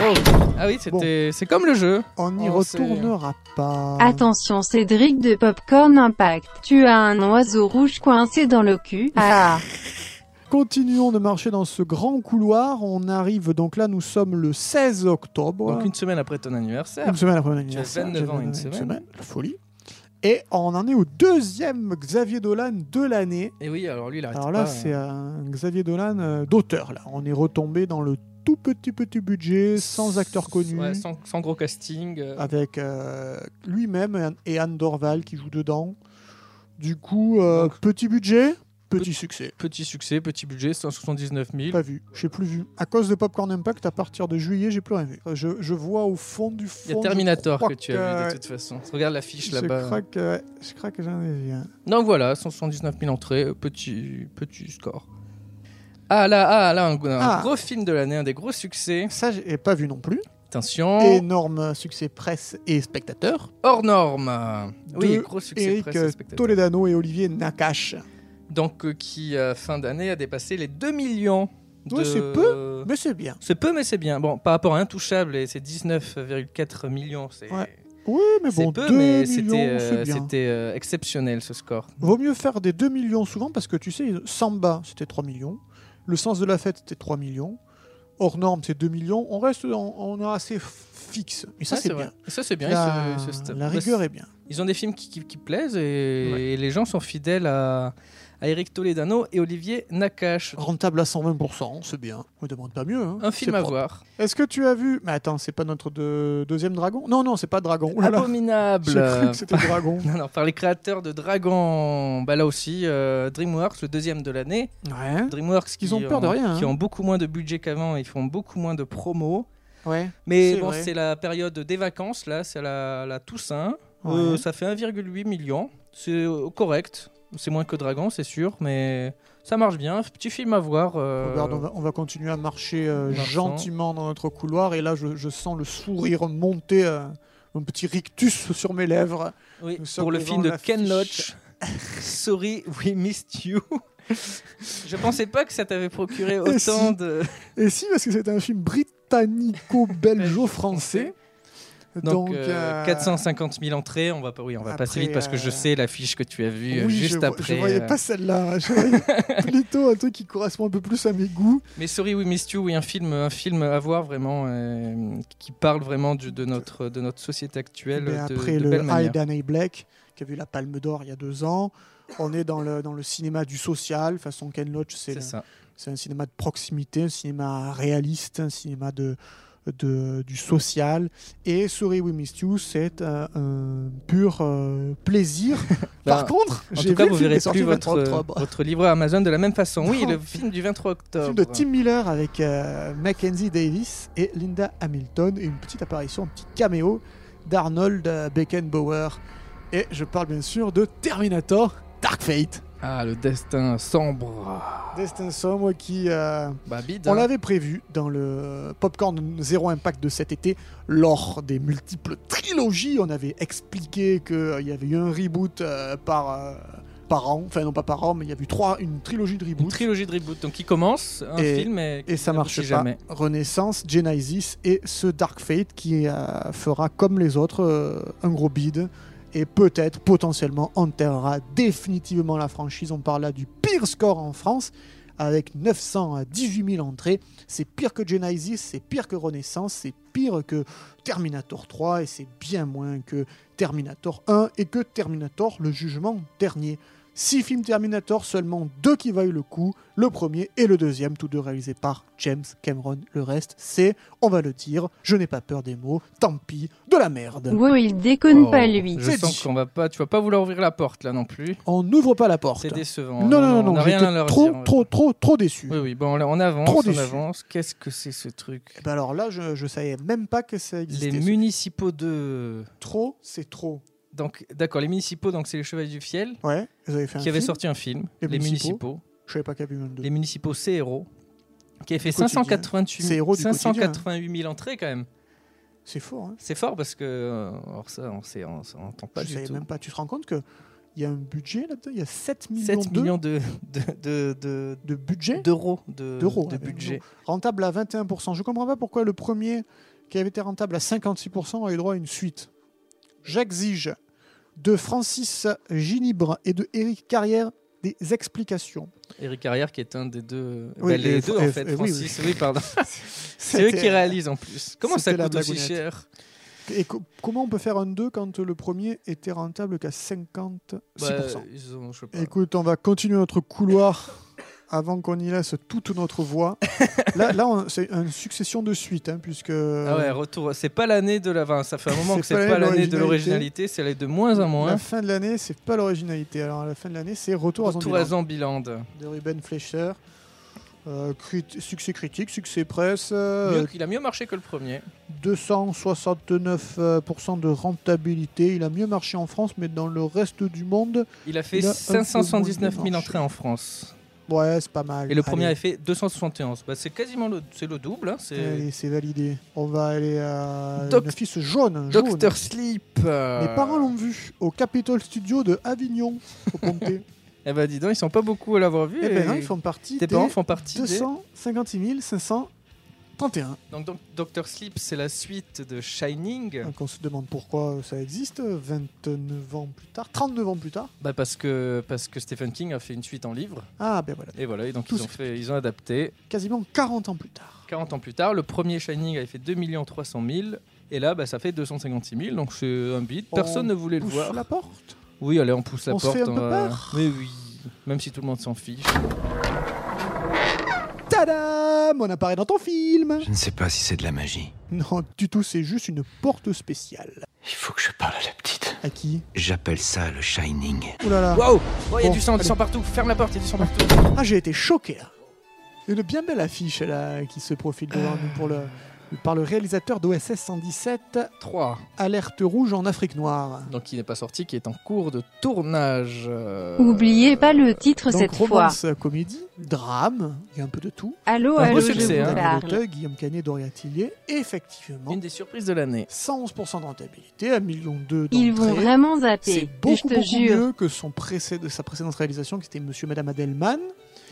Oh. Ah oui, c'était, c'est comme le jeu. On n'y Oh, c'est- retournera pas. Attention Cédric de Popcorn Impact. Tu as un oiseau rouge coincé dans le cul. Ah Continuons de marcher dans ce grand couloir. On arrive donc là, nous sommes le 16 octobre. Donc une semaine après ton anniversaire. Une semaine après mon anniversaire. 29 j'ai ans, une semaine. La folie. Et on en est au deuxième Xavier Dolan de l'année. Et oui, alors lui, il arrête Alors pas, là, hein. c'est un Xavier Dolan euh, d'auteur. Là, on est retombé dans le tout petit petit budget, sans acteurs connus, Ouais, sans, sans gros casting. euh. avec euh, lui-même et Anne- et Anne Dorval qui joue dedans. Du coup, euh, Donc- petit budget, Pe- petit succès. Petit succès, petit budget, 179 000. Pas vu, j'ai plus vu. À cause de Popcorn Impact, à partir de juillet, j'ai plus rien vu. Je, je vois au fond du fond. Il y a Terminator je crois que tu as vu de toute façon. Regarde l'affiche Je là-bas. crois que, je crois que j'en ai vu. un. Donc voilà, 179 000 entrées, euh, petit, petit score. Ah là, ah là, un, un Ah. gros film de l'année, un des gros succès. Ça, j'ai pas vu non plus. Attention, Énorme succès presse et spectateurs. hors norme. Oui, De gros succès Eric presse et spectateur. Toledano et Olivier Nakache. Donc euh, qui, euh, fin d'année, a dépassé les 2 millions. De... Ouais, c'est peu, Mais c'est bien. C'est peu, mais c'est bien. Bon, par rapport à Intouchable, et c'est 19,4 millions. C'est Ouais. Oui, mais c'est bon, peu, 2 mais c'était millions, euh, c'est bien. c'était, euh, exceptionnel ce score. Vaut mieux faire des 2 millions souvent parce que tu sais, Samba, c'était 3 millions. Le sens de la fête, c'était 3 millions. Hors norme, c'est 2 millions. On reste, on, on est assez f- fixe. Et ça, Ouais, c'est vrai. bien. Et ça, c'est bien. la, ils se- ils se stoppent. la Bah, rigueur est bien. Ils ont des films qui, qui- qui plaisent et, Ouais. et les gens sont fidèles à, à Eric Toledano et Olivier Nakache. Rentable à 120%, c'est bien. On ne demande pas mieux. hein. Un film C'est à propre. voir. Est-ce que tu as vu. Mais attends, c'est pas notre deux- deuxième dragon Non, non, c'est pas dragon. Oh là là, Abominable. J'ai cru que c'était dragon. Non, non, par les créateurs de Dragon, bah là aussi, euh, DreamWorks, le deuxième de l'année. Ouais. DreamWorks qui Hein Ils ont peur de rien, hein. Qui ont beaucoup moins de budget qu'avant, ils font beaucoup moins de promos. Ouais. Mais C'est bon, vrai. c'est la période des vacances, là, c'est la, la Toussaint. Ouais. Euh, ça fait 1,8 million. C'est euh, correct. C'est moins que Dragon, c'est sûr, mais ça marche bien. Petit film à voir. euh, Regarde, on va, on va continuer à marcher euh, Marchons. gentiment dans notre couloir et là je, je sens le sourire monter, euh, un petit rictus sur mes lèvres. oui, nous sommes pour le devant film de l'affiche. Ken Loach. Sorry, we missed you. Je pensais pas que ça t'avait procuré autant si. de. Et si, parce que c'est un film britannico-belgeo-français. Donc, Donc, euh, euh, 450 000 entrées, on va pas, oui, on va passer après, vite parce que je euh, sais l'affiche que tu as vue euh, Oui, juste je, vo- après. je voyais euh, pas celle-là. Je voyais plutôt un truc qui correspond un peu plus à mes goûts. Mais Sorry We Missed You, oui, un film, un film à voir vraiment euh, qui parle vraiment du- de notre de notre société actuelle Mais de, Eh ben, après de belle le High manière. d'Annie Black, qui a vu la Palme d'Or il y a deux ans, on est dans le, dans le cinéma du social. Façon Ken Loach, c'est C'est le- ça. c'est un cinéma de proximité, un cinéma réaliste, un cinéma de, de- du social. Et Sorry We Missed You, c'est un, un pur euh, plaisir. Par Bah, contre, En tout j'ai vu cas, vous le film qui verrez est sorti plus le votre 23 octobre. votre livre Amazon de la même façon. Oui, Non. le film du 23 Un octobre. film de Tim Miller avec euh, Mackenzie Davis et Linda Hamilton et une petite apparition, un petit caméo d'Arnold euh, Beckenbauer. Et je parle bien sûr de Terminator Dark Fate. Ah, le destin sombre. Destin sombre qui, euh, Bah bide. on hein. l'avait prévu dans le Popcorn Zéro Impact de cet été, lors des multiples trilogies, on avait expliqué qu'il y avait eu un reboot euh, par, euh, par an, enfin non pas par an, mais il y a eu trois, une trilogie de Une reboot. trilogie de reboot. Donc qui commence un Et- film et, Et ça qui marche pas. n'aboutit jamais. Renaissance, Genesis et ce Dark Fate qui euh, fera comme les autres euh, un gros bid et peut-être potentiellement enterrera définitivement la franchise. On parle là du pire score en France avec 918 000 entrées. C'est pire que Genesis, c'est pire que Renaissance, c'est pire que Terminator 3 et c'est bien moins que Terminator 1 et que Terminator le jugement dernier. Six films Terminator, seulement deux qui valent le coup, le premier et le deuxième, tous deux réalisés par James Cameron. Le reste, c'est, on va le dire, je n'ai pas peur des mots, tant pis, de la merde. Wow, il déconne Oh, pas lui. Je C'est sens dit. qu'on va pas. Tu vas pas vouloir ouvrir la porte là non plus. On n'ouvre pas la porte. C'est décevant. Non, non, non, on non, a rien à j'étais leur trop, dire. trop, trop, trop déçu. Oui, oui. Bon, là, on avance, Trop on déçu. avance. Qu'est-ce que c'est ce truc Eh ben alors là, je, je savais même pas que ça existait. Les municipaux de. Trop, c'est trop. Donc, d'accord, les municipaux, donc c'est les Chevaliers du Fiel Ouais, ils avaient fait un qui avait film, sorti un film, Les Les, Municipaux. municipaux. Je savais pas qu'il y avait eu un deux. Les Municipaux, c'est héros, qui a fait quotidien. 588, C'est héros du 588 000 entrées quand même. C'est fort, hein. C'est fort parce que. euh, Alors, ça, on sait, on s'en entend pas je du savais tout. Bah, même pas. Tu te rends compte que il y a un budget là-dedans Il y a 7 millions, 7 d'eux millions de- de- de- de- de budget d'euros de, D'euros, de ah, budget. rentable à 21%. Je comprends pas pourquoi le premier qui avait été rentable à 56% a eu droit à une suite. J'exige de Francis Ginibre et de Éric Carrière des explications. Eric Carrière, qui est un des deux. Oui, bah, les et- deux, en et- fait, et- oui, Francis. Oui, pardon. c'est eux C'était- euh, qui réalisent en plus. Comment ça c'était la coûte aussi blagounette. cher Et co- comment on peut faire un 2 quand le premier était rentable qu'à 56% Bah, ils ont- je sais pas. Écoute, on va continuer notre couloir avant qu'on y laisse toute notre voix. là, là on- c'est une succession de suites, hein, puisque... Ah ouais, retour. C'est pas l'année de la. enfin, ça fait un moment C'est que c'est pas pas l'année l'originalité. de l'originalité, c'est l'année de moins en moins. La fin de l'année, c'est pas l'originalité. Alors, à la fin de l'année, c'est Retour, Retour à à Zombieland Zombieland. de Ruben Fleischer. Euh, crit- succès critique, succès presse, euh, Mieux- il a mieux marché que le premier. 269% de rentabilité. Il a mieux marché en France, mais dans le reste du monde, Il a fait il a un peu 579 000 moins bien entrées en France. ouais, c'est pas mal. Et le premier Allez, a fait 271. Bah, c'est quasiment le, c'est le double. hein, C'est allez, c'est validé. On va aller à Doc- une affiche jaune. jaune. Doctor Sleep. euh. Mes parents l'ont vu au Capitol Studio de Avignon, au Ponté. Eh bah, dis donc, ils sont pas beaucoup à l'avoir vu. Et et maintenant, Eh ben, hein, ils font partie Tes des parents font partie des- 256 531. Donc, donc, Doctor Sleep, c'est la suite de Shining. Donc on se demande pourquoi ça existe 29 ans plus tard, 39 ans plus tard. Bah, parce que parce que Stephen King a fait une suite en livre. Ah ben voilà, Et voilà, et donc Tout ils ont fait, ils ont adapté. quasiment 40 ans plus tard. 40 ans plus tard, le premier Shining avait fait 2 300 000 et là bah, ça fait 256 000 donc c'est un bid. Personne On ne voulait le Pousse voir. la porte. Oui, allez, on pousse la On se porte. hein. fait un peu peur. Mais oui, même si tout le monde s'en fiche. Tadam On apparaît dans ton film Je ne sais pas si c'est de la magie. Non, du tout, c'est juste une porte spéciale. Il faut que je parle à la petite. À qui J'appelle ça le Shining. Ouh là là Waouh Oh, il y a Bon, du sang, du allez. sang partout. Ferme la porte, il y a du sang partout. Ah, j'ai été choqué là. Une bien belle affiche là qui se profile devant nous pour le, par le réalisateur d'OSS 117, 3. Alerte rouge en Afrique noire. Donc il n'est pas sorti, qui est en cours de tournage. euh, Oubliez pas le titre Donc Oh, cette fois. romance, euh, comédie, drame, il y a un peu de tout. Allô, Un beau allô, je succès, vous hein. Alain parle. Auteuil, Guillaume Canet, Doria Tillier, effectivement, Une des surprises de l'année. 111% de rentabilité, 1,2 million d'entrées. Ils vont vraiment C'est zapper. beaucoup, je te beaucoup jure. mieux que son précéd- sa précédente réalisation, qui était Monsieur et Madame Adelman.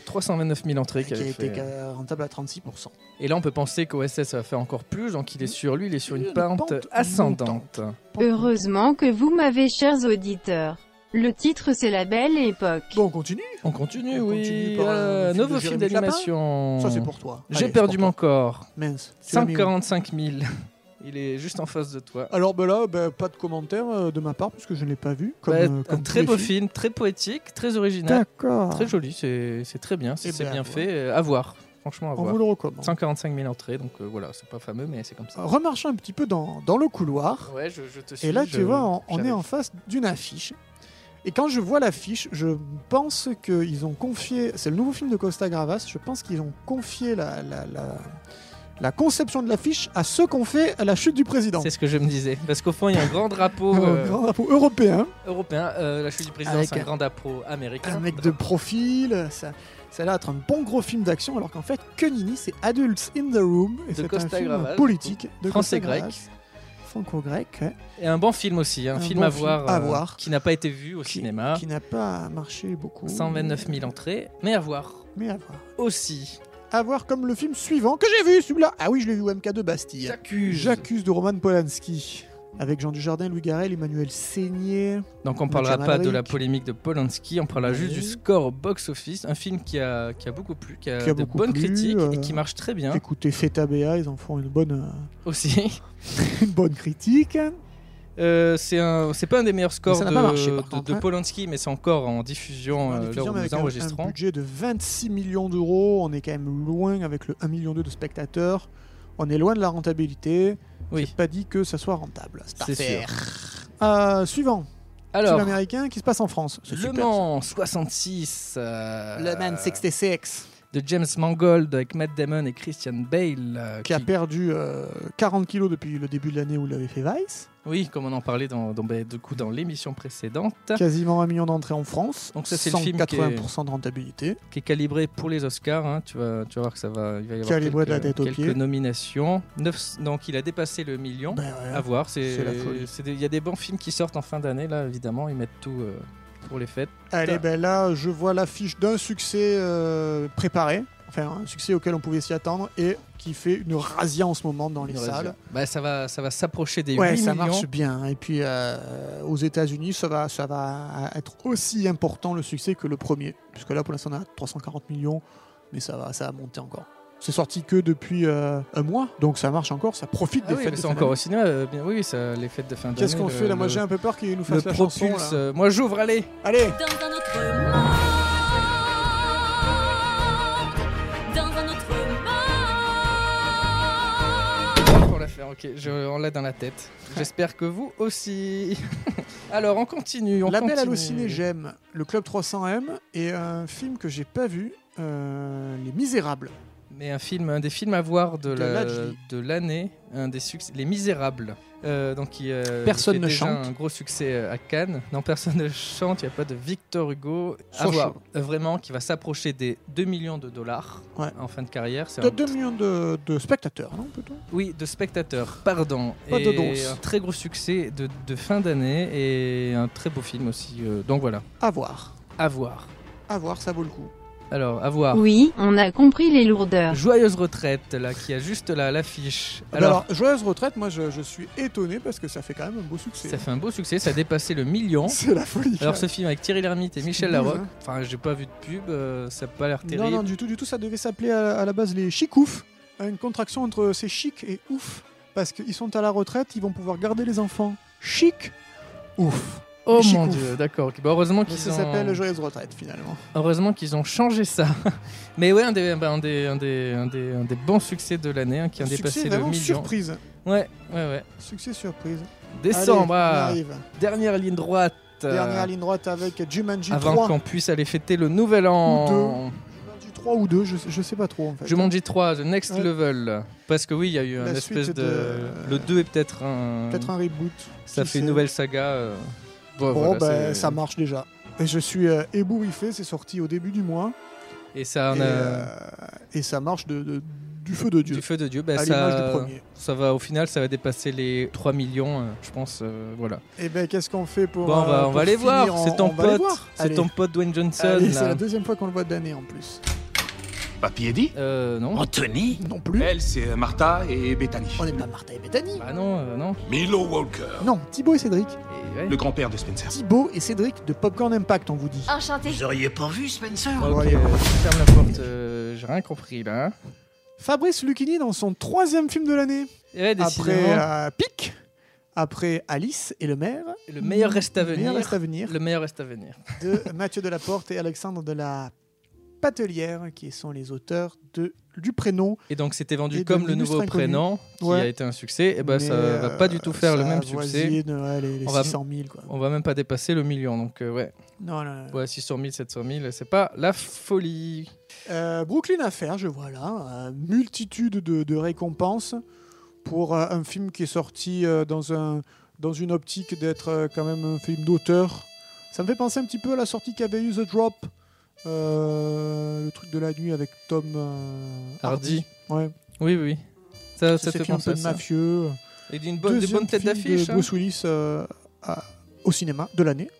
329 000 entrées qui qu'il a avait été fait. euh, rentable à 36%. Et là, on peut penser qu'OSS va faire encore plus, donc il est sur lui, il est sur une Mmh. Une pente, pente ascendante. Heureusement que vous m'avez, chers auditeurs. Le titre, c'est La Belle Époque. Bon, on continue. On continue, On oui. continue par, euh, euh, le film nouveau de film Jérémy d'animation. Ça, c'est pour toi. Mmh. J'ai Allez, perdu c'est pour mon corps. toi. Mince. tu l'as mis où 145 000. Il est juste en face de toi. Alors ben là, ben, pas de commentaire euh, de ma part, parce que je ne l'ai pas vu. Comme, Bah, euh, un comme tous très les beau films. film, très poétique, très original, D'accord. très joli. C'est c'est très bien, c'est Eh c'est ben, bien à fait. euh, À voir, franchement, à On voir. vous le recommande. 145 000 entrées, donc euh, voilà, c'est pas fameux, mais c'est comme ça. Remarche un petit peu dans, dans le couloir. Ouais, je, je te suis. Oh. Et là, je- tu vois, on, on est j'arrive. en face d'une affiche. Et quand je vois l'affiche, je pense qu'ils ont confié. C'est le nouveau film de Costa Gravas. Je pense qu'ils ont confié la, la, la- la conception de l'affiche à ceux qu'on fait à la chute du président. C'est ce que je me disais. Parce qu'au fond, il y a un grand drapeau Un euh, grand drapeau européen, européen. euh, la chute du président, Avec c'est un un- grand drapeau américain. un mec de profil. Ça, ça a l'air d'être un bon gros film d'action, alors qu'en fait, que nini, c'est Adults in the Room. Et c'est un Costa film Gavras, politique de Français Costa grec. Gravas. Franco-grec, hein, ouais, Et un bon film aussi, un, Un film, bon à, film voir, euh, à voir. qui n'a pas été vu au Qui- cinéma. qui n'a pas marché beaucoup. 129 000 entrées, mais à voir Mais à voir. aussi. à voir comme le film suivant que j'ai vu, celui-là. Ah oui, je l'ai vu au MK2 Bastille. J'accuse. J'accuse de Roman Polanski. Avec Jean Dujardin, Louis Garrel, Emmanuel Seigné. Donc on parlera Jamal pas de la Rick. polémique de Polanski, on parlera juste du Oui. score au box-office, un film qui a, qui a beaucoup plu, qui a, Qui a de beaucoup bonnes plu, critiques et euh, qui marche très bien Écoutez, Feta Béa, ils en font une bonne, euh, aussi. une bonne critique. Euh, c'est un- c'est pas un des meilleurs scores ça de, n'a pas marché, par de- contre, de hein. Polanski, mais c'est encore en diffusion En euh, diffusion, l'heure où mais nous avec un- un, enregistrons. budget de 26 millions d'euros. On est quand même loin avec le 1,2 million de spectateurs. On est loin de la rentabilité. Oui, C'est pas dit que ça soit rentable. cette c'est sûr. affaire. Euh, suivant, Alors, film américain qui se passe en France. C'est Le super, Mans 66. euh, ça. Le Man 66. de James Mangold avec Matt Damon et Christian Bale. euh, qui a qui- perdu euh, 40 kilos depuis le début de l'année où il avait fait Vice. Oui, comme on en parlait dans, dans, bah, du coup, dans l'émission précédente, Quasiment un million d'entrées en France. Ah. Donc ça, c'est le film Ah. 180% de rentabilité. qui est calibré pour les Oscars. hein, tu, vas, tu vas voir que ça va. Il va y avoir Calibré de la quelques- tête aux quelques pieds. nominations. Neuf- donc il a dépassé le million. Ben ouais. À voir. c'est- c'est la folie. c'est des- Il y a des bons films qui sortent en fin d'année, là, évidemment. Ils mettent tout euh, pour les fêtes. Allez, ben là, je vois l'affiche d'un succès euh, préparé. Enfin, un succès auquel on pouvait s'y attendre et qui fait une razzia en ce moment dans les Une salles. raison. Bah, ça va, ça va s'approcher des Ouais, 8 ça millions. marche bien. hein. Et puis, euh, aux États-Unis, ça va, ça va être aussi important le succès que le premier. Puisque là, pour l'instant, on a 340 millions, mais ça va, ça va monter encore. C'est sorti que depuis euh, un mois, donc ça marche encore, ça profite Ah des oui, fêtes. mais de c'est fin encore d'année. au cinéma. euh, bien, oui, ça, les fêtes de fin d'année. Qu'est-ce qu'on le- fait là Moi, le- j'ai un peu peur qu'il nous le fasse la chanson. propulse. là. euh, moi, j'ouvre, allez Allez, Dans un autre monde, dans un autre monde. pour la faire, ok. Je, on l'a dans la tête. J'espère que vous aussi. Alors, on continue. On l'appel à continue. l'ociné, j'aime le Club 300M et un film que j'ai pas vu, euh, Les Misérables. Mais un film, un des films à voir de, De la- Lajli. de l'année, un des succès, Les Misérables. Euh, donc, qui, euh, Personne qui fait ne déjà chante. Un gros succès euh, à Cannes. Non, personne ne chante. Il n'y a pas de Victor Hugo. À Sans voir. chant. Euh, Vraiment, qui va s'approcher des 2 millions de dollars Ouais. en fin de carrière. C'est De un- 2 millions de, de spectateurs, non peut-on Oui, de spectateurs. Pardon. Pas de et danse. un très gros succès de, de fin d'année et un très beau film aussi. euh, donc voilà, À voir, à voir. à voir, ça vaut le coup. Alors, à voir. Oui, on a compris les lourdeurs. Joyeuse retraite, là, qui a juste là l'affiche. Ah bah Alors, Alors, joyeuse retraite, moi je, je suis étonné parce que ça fait quand même un beau succès. ça fait un beau succès, ça a dépassé le million. C'est la folie. Alors, quand ce film avec Thierry Lhermitte et Michel C'est Larocque, bizarre. enfin, j'ai pas vu de pub, euh, ça a pas l'air même. terrible. Non, non, du tout, du tout, ça devait s'appeler à, à la base les chicoufs. Une contraction entre c'est chic et ouf. Parce qu'ils sont à la retraite, ils vont pouvoir garder les enfants. Chic, ouf. oh les mon Chicouf. dieu, d'accord. ok. Bah, heureusement Mais qu'ils ça ont... s'appelle joyeuse retraite finalement. heureusement qu'ils ont changé ça. Mais ouais, un des, bah, un des, un des, un des, un des bons succès de l'année, hein, qui a succès dépassé le vraiment million. surprise. Ouais, ouais, ouais. Succès surprise. Décembre, Allez, ah, on arrive. dernière ligne droite. euh, Dernière ligne droite avec Jumanji avant 3. qu'on puisse aller fêter le nouvel an. Jumanji 3 ou 2, je, je sais pas trop en fait. Jumanji 3, The Next Ouais. Level. Parce que oui, il y a eu un La espèce suite de... de- Le 2 est peut-être un... Hein. Peut-être un reboot. Ça Qui fait une sait. nouvelle saga. euh, bon, Bon, voilà, c'est- ben, ça marche déjà. Et je suis euh, ébouriffé, c'est sorti au début du mois. Et ça en et, Ah, a- euh, et ça marche de, de- du feu de Dieu. Du feu de Dieu, ben, à l'image ça, du premier. ça va au final, ça va dépasser les 3 millions, euh, je pense. euh, voilà. Et ben qu'est-ce qu'on fait pour. bon, on euh, va, on pour va aller finir voir. en- C'est ton on va aller pote, voir c'est Allez. ton pote Dwayne Johnson. Allez, là. C'est la deuxième fois qu'on le voit de l'année en plus. Papy Eddie Euh, non. Anthony Non plus. Elle, c'est euh, Martha et Bethany. On n'est pas Martha et Bethany. Bah non, euh, non. Milo Walker, Non, Thibaut et Cédric. Et ouais. le grand-père de Spencer. Thibaut et Cédric de Popcorn Impact, on vous dit. Enchanté. Vous auriez pas vu Spencer Ok, Ouais. euh, ferme la porte, euh, j'ai rien compris là. Fabrice Lucchini dans son troisième film de l'année. Ouais, Après Eh, décidément, euh, Pic, après Alice et le maire. le meilleur reste à euh, Le venir. meilleur reste à venir Le meilleur reste à venir. de Mathieu Delaporte et Alexandre de la Patelière, qui sont les auteurs de, du prénom. Et donc c'était vendu Et comme de le nouveau l'illustre inconnu. prénom qui Ouais. a été un succès. Et ben ça Mais, va euh, pas du tout faire le ça même succès. avoisine, ouais, les, les On va- 600 000, quoi. On va même pas dépasser le million. Donc euh, ouais. Non, non, non. ouais, 600 000, 700 000, c'est pas la folie. Euh, Brooklyn Affair, je vois là, euh, multitude de, de récompenses pour euh, un film qui est sorti euh, dans, un, dans une optique d'être euh, quand même un film d'auteur. Ça me fait penser un petit peu à la sortie qu'avait eu The Drop, euh, le truc de la nuit avec Tom euh, Hardy. Ouais, Oui, oui. Ça, ça, ça fait fait un penser peu à de ça. mafieux. Et d'une bonne, des Deuxième bonnes têtes film d'affiche. de hein. Bruce Willis euh, à- au cinéma de l'année.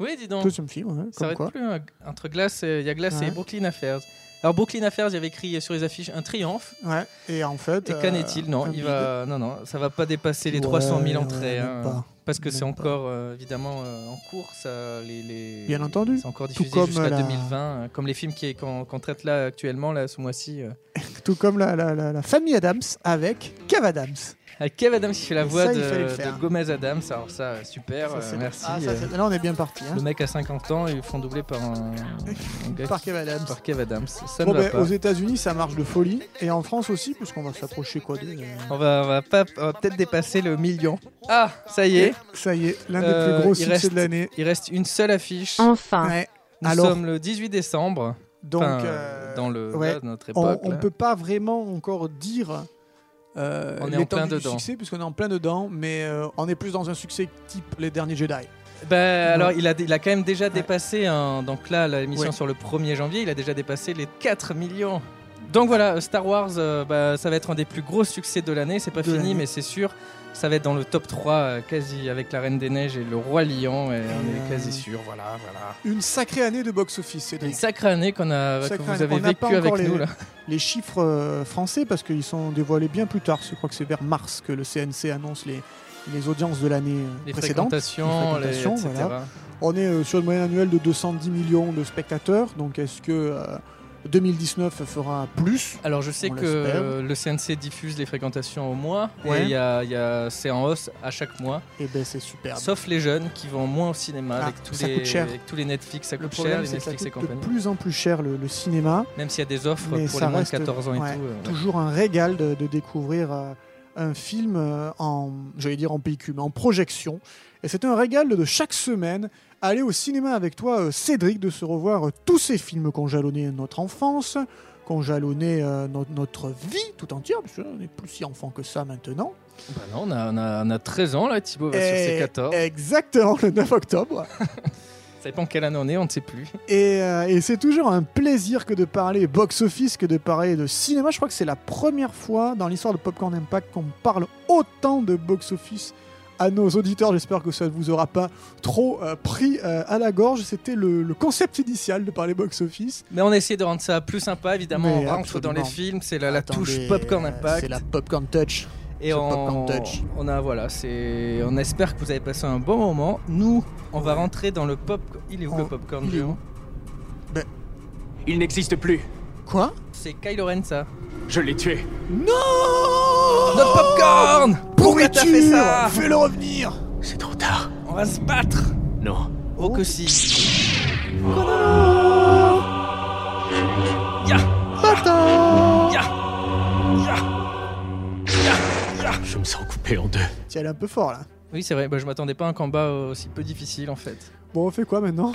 Oui, dis donc. Deuxième film, ouais, Ça comme arrête quoi. plus. hein. Entre glace, et- il y a glace et Ouais. Brooklyn Affairs. Alors Brooklyn Affairs, il y avait écrit sur les affiches un triomphe. Ouais. Et en fait. Et qu'en euh, est-il Non, un il va, non, non, ça va pas dépasser les Ouais, 300 000 entrées, ouais, hein, même pas. parce que c'est Même pas. encore euh, évidemment euh, en cours, ça, les, les- Bien entendu. c'est encore Tout diffusé comme jusqu'à la- 2020, euh, comme les films qui- qu'on qu'on traite là actuellement, là ce mois-ci, euh, Tout comme la, la, la, la famille Adams avec Kev Adams. avec Kev Adams qui fait la Ça, voix il de, fallait le faire. de Gomez Adams. Alors ça, euh, super, Ça, euh, c'est- merci. Ah, ça, euh, c'est- là, on est bien parti. hein. le mec a 50 ans et ils le font doubler par un, un gars Par qui- Kev Adams. par Kev Adams. Ça Bon, ne va ben, pas. aux États-Unis, ça marche de folie. Et en France aussi, puisqu'on va s'approcher quoi d'eux, euh, On va, on va pas, on va peut-être dépasser le million. Ah, ça y est, Ça y est, l'un des Euh, plus gros il succès reste- de l'année. il reste une seule affiche. Enfin, Ouais. Nous Alors- sommes le 18 décembre. Donc, Enfin, euh, dans le ouais. là, notre on époque. on là. peut pas vraiment encore dire. euh, On est en l'étendue plein du dedans. succès puisqu'on est en plein dedans mais euh, on est plus dans un succès type les derniers Jedi Bah, alors, Ouais. il a, il a quand même déjà dépassé, un- donc là, la- l'émission Ouais. sur le 1er janvier, il a déjà dépassé les 4 millions. Donc voilà, euh, Star Wars, euh, bah, ça va être un des plus gros succès de l'année. C'est pas De fini, l'année. mais c'est sûr. Ça va être dans le top 3, euh, quasi, avec la Reine des Neiges et le Roi Lion. Et on est euh, quasi sûr, voilà, voilà. une sacrée année de box office Une Cédric sacrée année qu'on a, Sacrée que vous année. avez On n'a pas vécue avec encore les- nous, là. les chiffres euh, français parce qu'ils sont dévoilés bien plus tard je crois que c'est vers mars que le CNC annonce les, les audiences de l'année euh, Les précédente fréquentations, les les- fréquentations, etc. voilà. On est euh, sur une moyenne annuelle de 210 millions de spectateurs, donc est-ce que euh, 2019 fera plus Alors je sais On que l'espère. euh, le CNC diffuse les fréquentations au mois Ouais. et il y a- il y a- c'est en hausse à chaque mois, Eh ben c'est superbe. sauf les jeunes qui vont moins au cinéma Ah, avec, tous ça les, coûte cher. avec tous les Netflix, ça Le coûte cher, problème les c'est que ça Netflix et coûte de compagnie. plus en plus cher le, le cinéma. Même s'il y a des offres Mais pour ça les moins de reste- 14 ans et ouais, tout. euh, Toujours un régal de, de découvrir euh, un film euh, en, j'allais dire en PQ, mais en projection. Et c'est un régal de chaque semaine aller au cinéma avec toi, euh, Cédric, de se revoir euh, tous ces films qu'on jalonnait notre enfance, qu'on jalonnait euh, no- notre vie tout entière, parce qu'on n'est plus si enfant que ça maintenant. bah non, on a, on a- on a 13 ans là, Thibaut va sur Et- ses 14. Exactement, le 9 octobre. Ça dépend quelle année on est, on ne sait plus. Et, euh, et c'est toujours un plaisir que de parler box-office, que de parler de cinéma. Je crois que c'est la première fois dans l'histoire de Popcorn Impact qu'on parle autant de box-office à nos auditeurs. J'espère que ça ne vous aura pas trop euh, pris euh, à la gorge. C'était le, le concept initial de parler box-office. Mais on essaie de rendre ça plus sympa, évidemment. Mais on rentre dans les absolument. films, c'est la, la Attendez, touche Popcorn euh, Impact. C'est la Popcorn Touch. Et Ce on, popcorn touch. on a voilà, c'est on espère que vous avez passé un bon moment. Nous, on va rentrer dans le pop. Il est où On- le popcorn il est géant Il n'existe plus. Quoi C'est Kylo Ren ça. Je l'ai tué. Non Notre popcorn Pourquoi t'as fait ça Fais-le revenir C'est trop tard. On va se battre. Non. Oh que si. Je me sens coupé en deux. Tiens, elle est un peu fort là. Oui c'est vrai. Bah, je m'attendais pas à un combat aussi peu difficile en fait. Bon, on fait quoi maintenant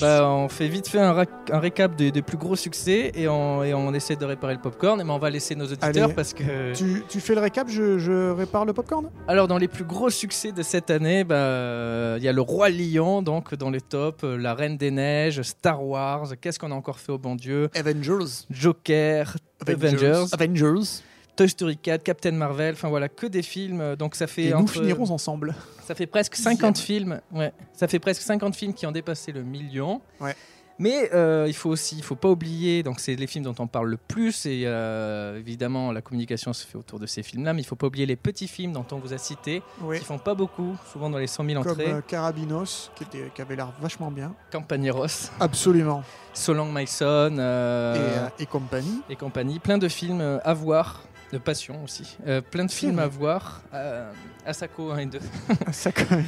Bah on fait vite fait un, rac- un récap des, des plus gros succès et on, et on essaie de réparer le popcorn. Mais on va laisser nos auditeurs Allez. parce que tu, tu fais le récap, je, je répare le popcorn Alors, dans les plus gros succès de cette année, bah, euh, il y a le Roi Lion, donc dans les tops, euh, La Reine des Neiges, Star Wars, qu'est-ce qu'on a encore fait au bon Dieu Avengers. Joker, Avengers, Avengers. Toy Story 4, Captain Marvel, enfin voilà, que des films. euh, Donc ça fait, Et, nous entre- euh, finirons ensemble. ça fait presque 50 films. Ouais, ça fait presque 50 films qui ont dépassé le million. Ouais. Mais euh, il faut aussi, il faut pas oublier, donc c'est les films dont on parle le plus, et euh, évidemment la communication se fait autour de ces films-là, mais il faut pas oublier les petits films dont on vous a cité, Oui. qui font pas beaucoup, souvent dans les 100 000 Comme entrées. euh, Carabinos, qui, était, qui avait l'air vachement bien. Campaneros, Absolument. Solange Myson euh, Et, euh, et compagnie. et compagnie, plein de films euh, à voir, de passion aussi, Euh, plein de films vrai. à voir, euh, Asako 1 et 2. Ça, quand même,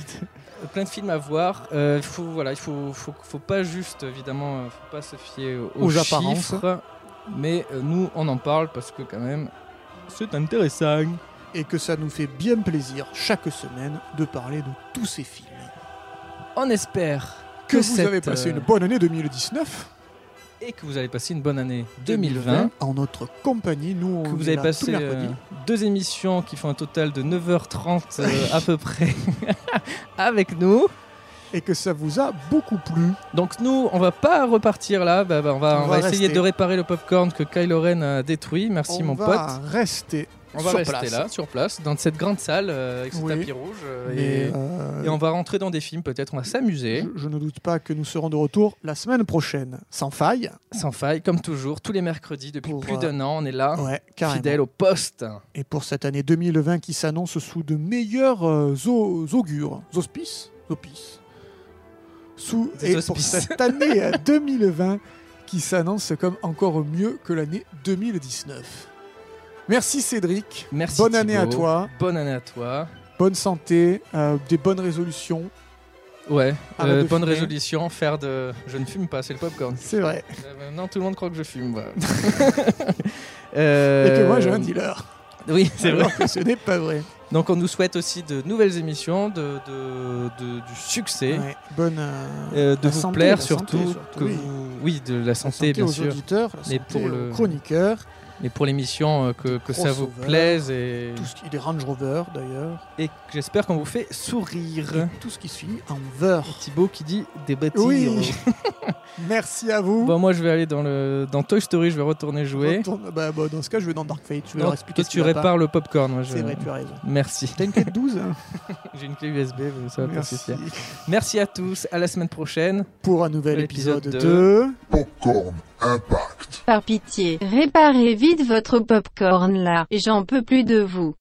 plein de films à voir. Euh, il faut, voilà, il faut, faut, faut pas juste, évidemment, euh, faut pas se fier aux, Aux apparences. chiffres. Mais euh, nous, on en parle parce que quand même, c'est intéressant. et que ça nous fait bien plaisir chaque semaine de parler de tous ces films. On espère Que, que, vous cette, avez passé euh, une bonne année 2019. et que vous avez passé une bonne année 2020. En notre compagnie, nous on Que vous est avez là tous passé les euh, mercredis. deux émissions qui font un total de 9h30 euh, à peu près avec nous. et que ça vous a beaucoup plu. Donc nous, on va pas repartir là. Bah, bah, on va, On on va va essayer rester. de réparer le popcorn que Kylo Ren a détruit. Merci on mon va pote. rester On va sur rester place. là, sur place, dans cette grande salle euh, avec ce Oui. tapis rouge. euh, Mais, et, euh, Mm. et on va rentrer dans des films, peut-être, on va s'amuser, je, je ne doute pas que nous serons de retour la semaine prochaine, sans faille. sans faille, comme toujours, tous les mercredis, depuis Pour, plus euh, d'un an, on est là, Ouais, carrément. Ah. fidèle au poste. Et pour cette année 2020 qui s'annonce sous de meilleurs euh, au- augures, auspices, auspices. Sous, Des et pour auspices. cette année euh, 2020 qui s'annonce comme encore mieux que l'année 2019. Merci Cédric. Merci. Bonne année Thibaut. à toi. Bonne année à toi. Bonne santé, euh, des bonnes résolutions. Ouais, Arrête euh, de bonne fumer. résolution, faire de... Je ne fume pas, c'est le popcorn. C'est vrai. Euh, Maintenant, tout le monde croit que je fume. voilà. Et que Euh, moi j'ai un dealer. Oui, c'est vrai. Alors que ce n'est pas vrai. Donc on nous souhaite aussi de nouvelles émissions, de, de- de- du succès. Ouais, Bonne. euh, Euh, de la vous santé, plaire la surtout, santé, surtout, que oui. vous... oui de la La santé, bien aux sûr auditeurs, la Mais santé pour aux le- chroniqueurs, mais pour l'émission euh, que, que ça vous Crossover, plaise et, tout ce qui, des Range Rover d'ailleurs, et que j'espère qu'on vous fait sourire tout ce qui se finit en veur. Thibaut qui dit des bêtises Oh. Oui. Merci à vous. bon moi je vais aller dans le dans Toy Story je vais retourner jouer Retourne- bah, bah, dans ce cas, je vais dans Dark Fate. Je vais Non, leur expliquer toi ce tu qui va pas. répares le popcorn moi, je- C'est vrai, tu as raison. merci T'as une clé de 12 hein j'ai une clé USB mais ça va pas Merci. suffire merci à tous à la semaine prochaine Pour un nouvel L'épisode épisode de- 2. Popcorn Impact. Par pitié, réparez vite votre popcorn là, j'en peux plus de vous.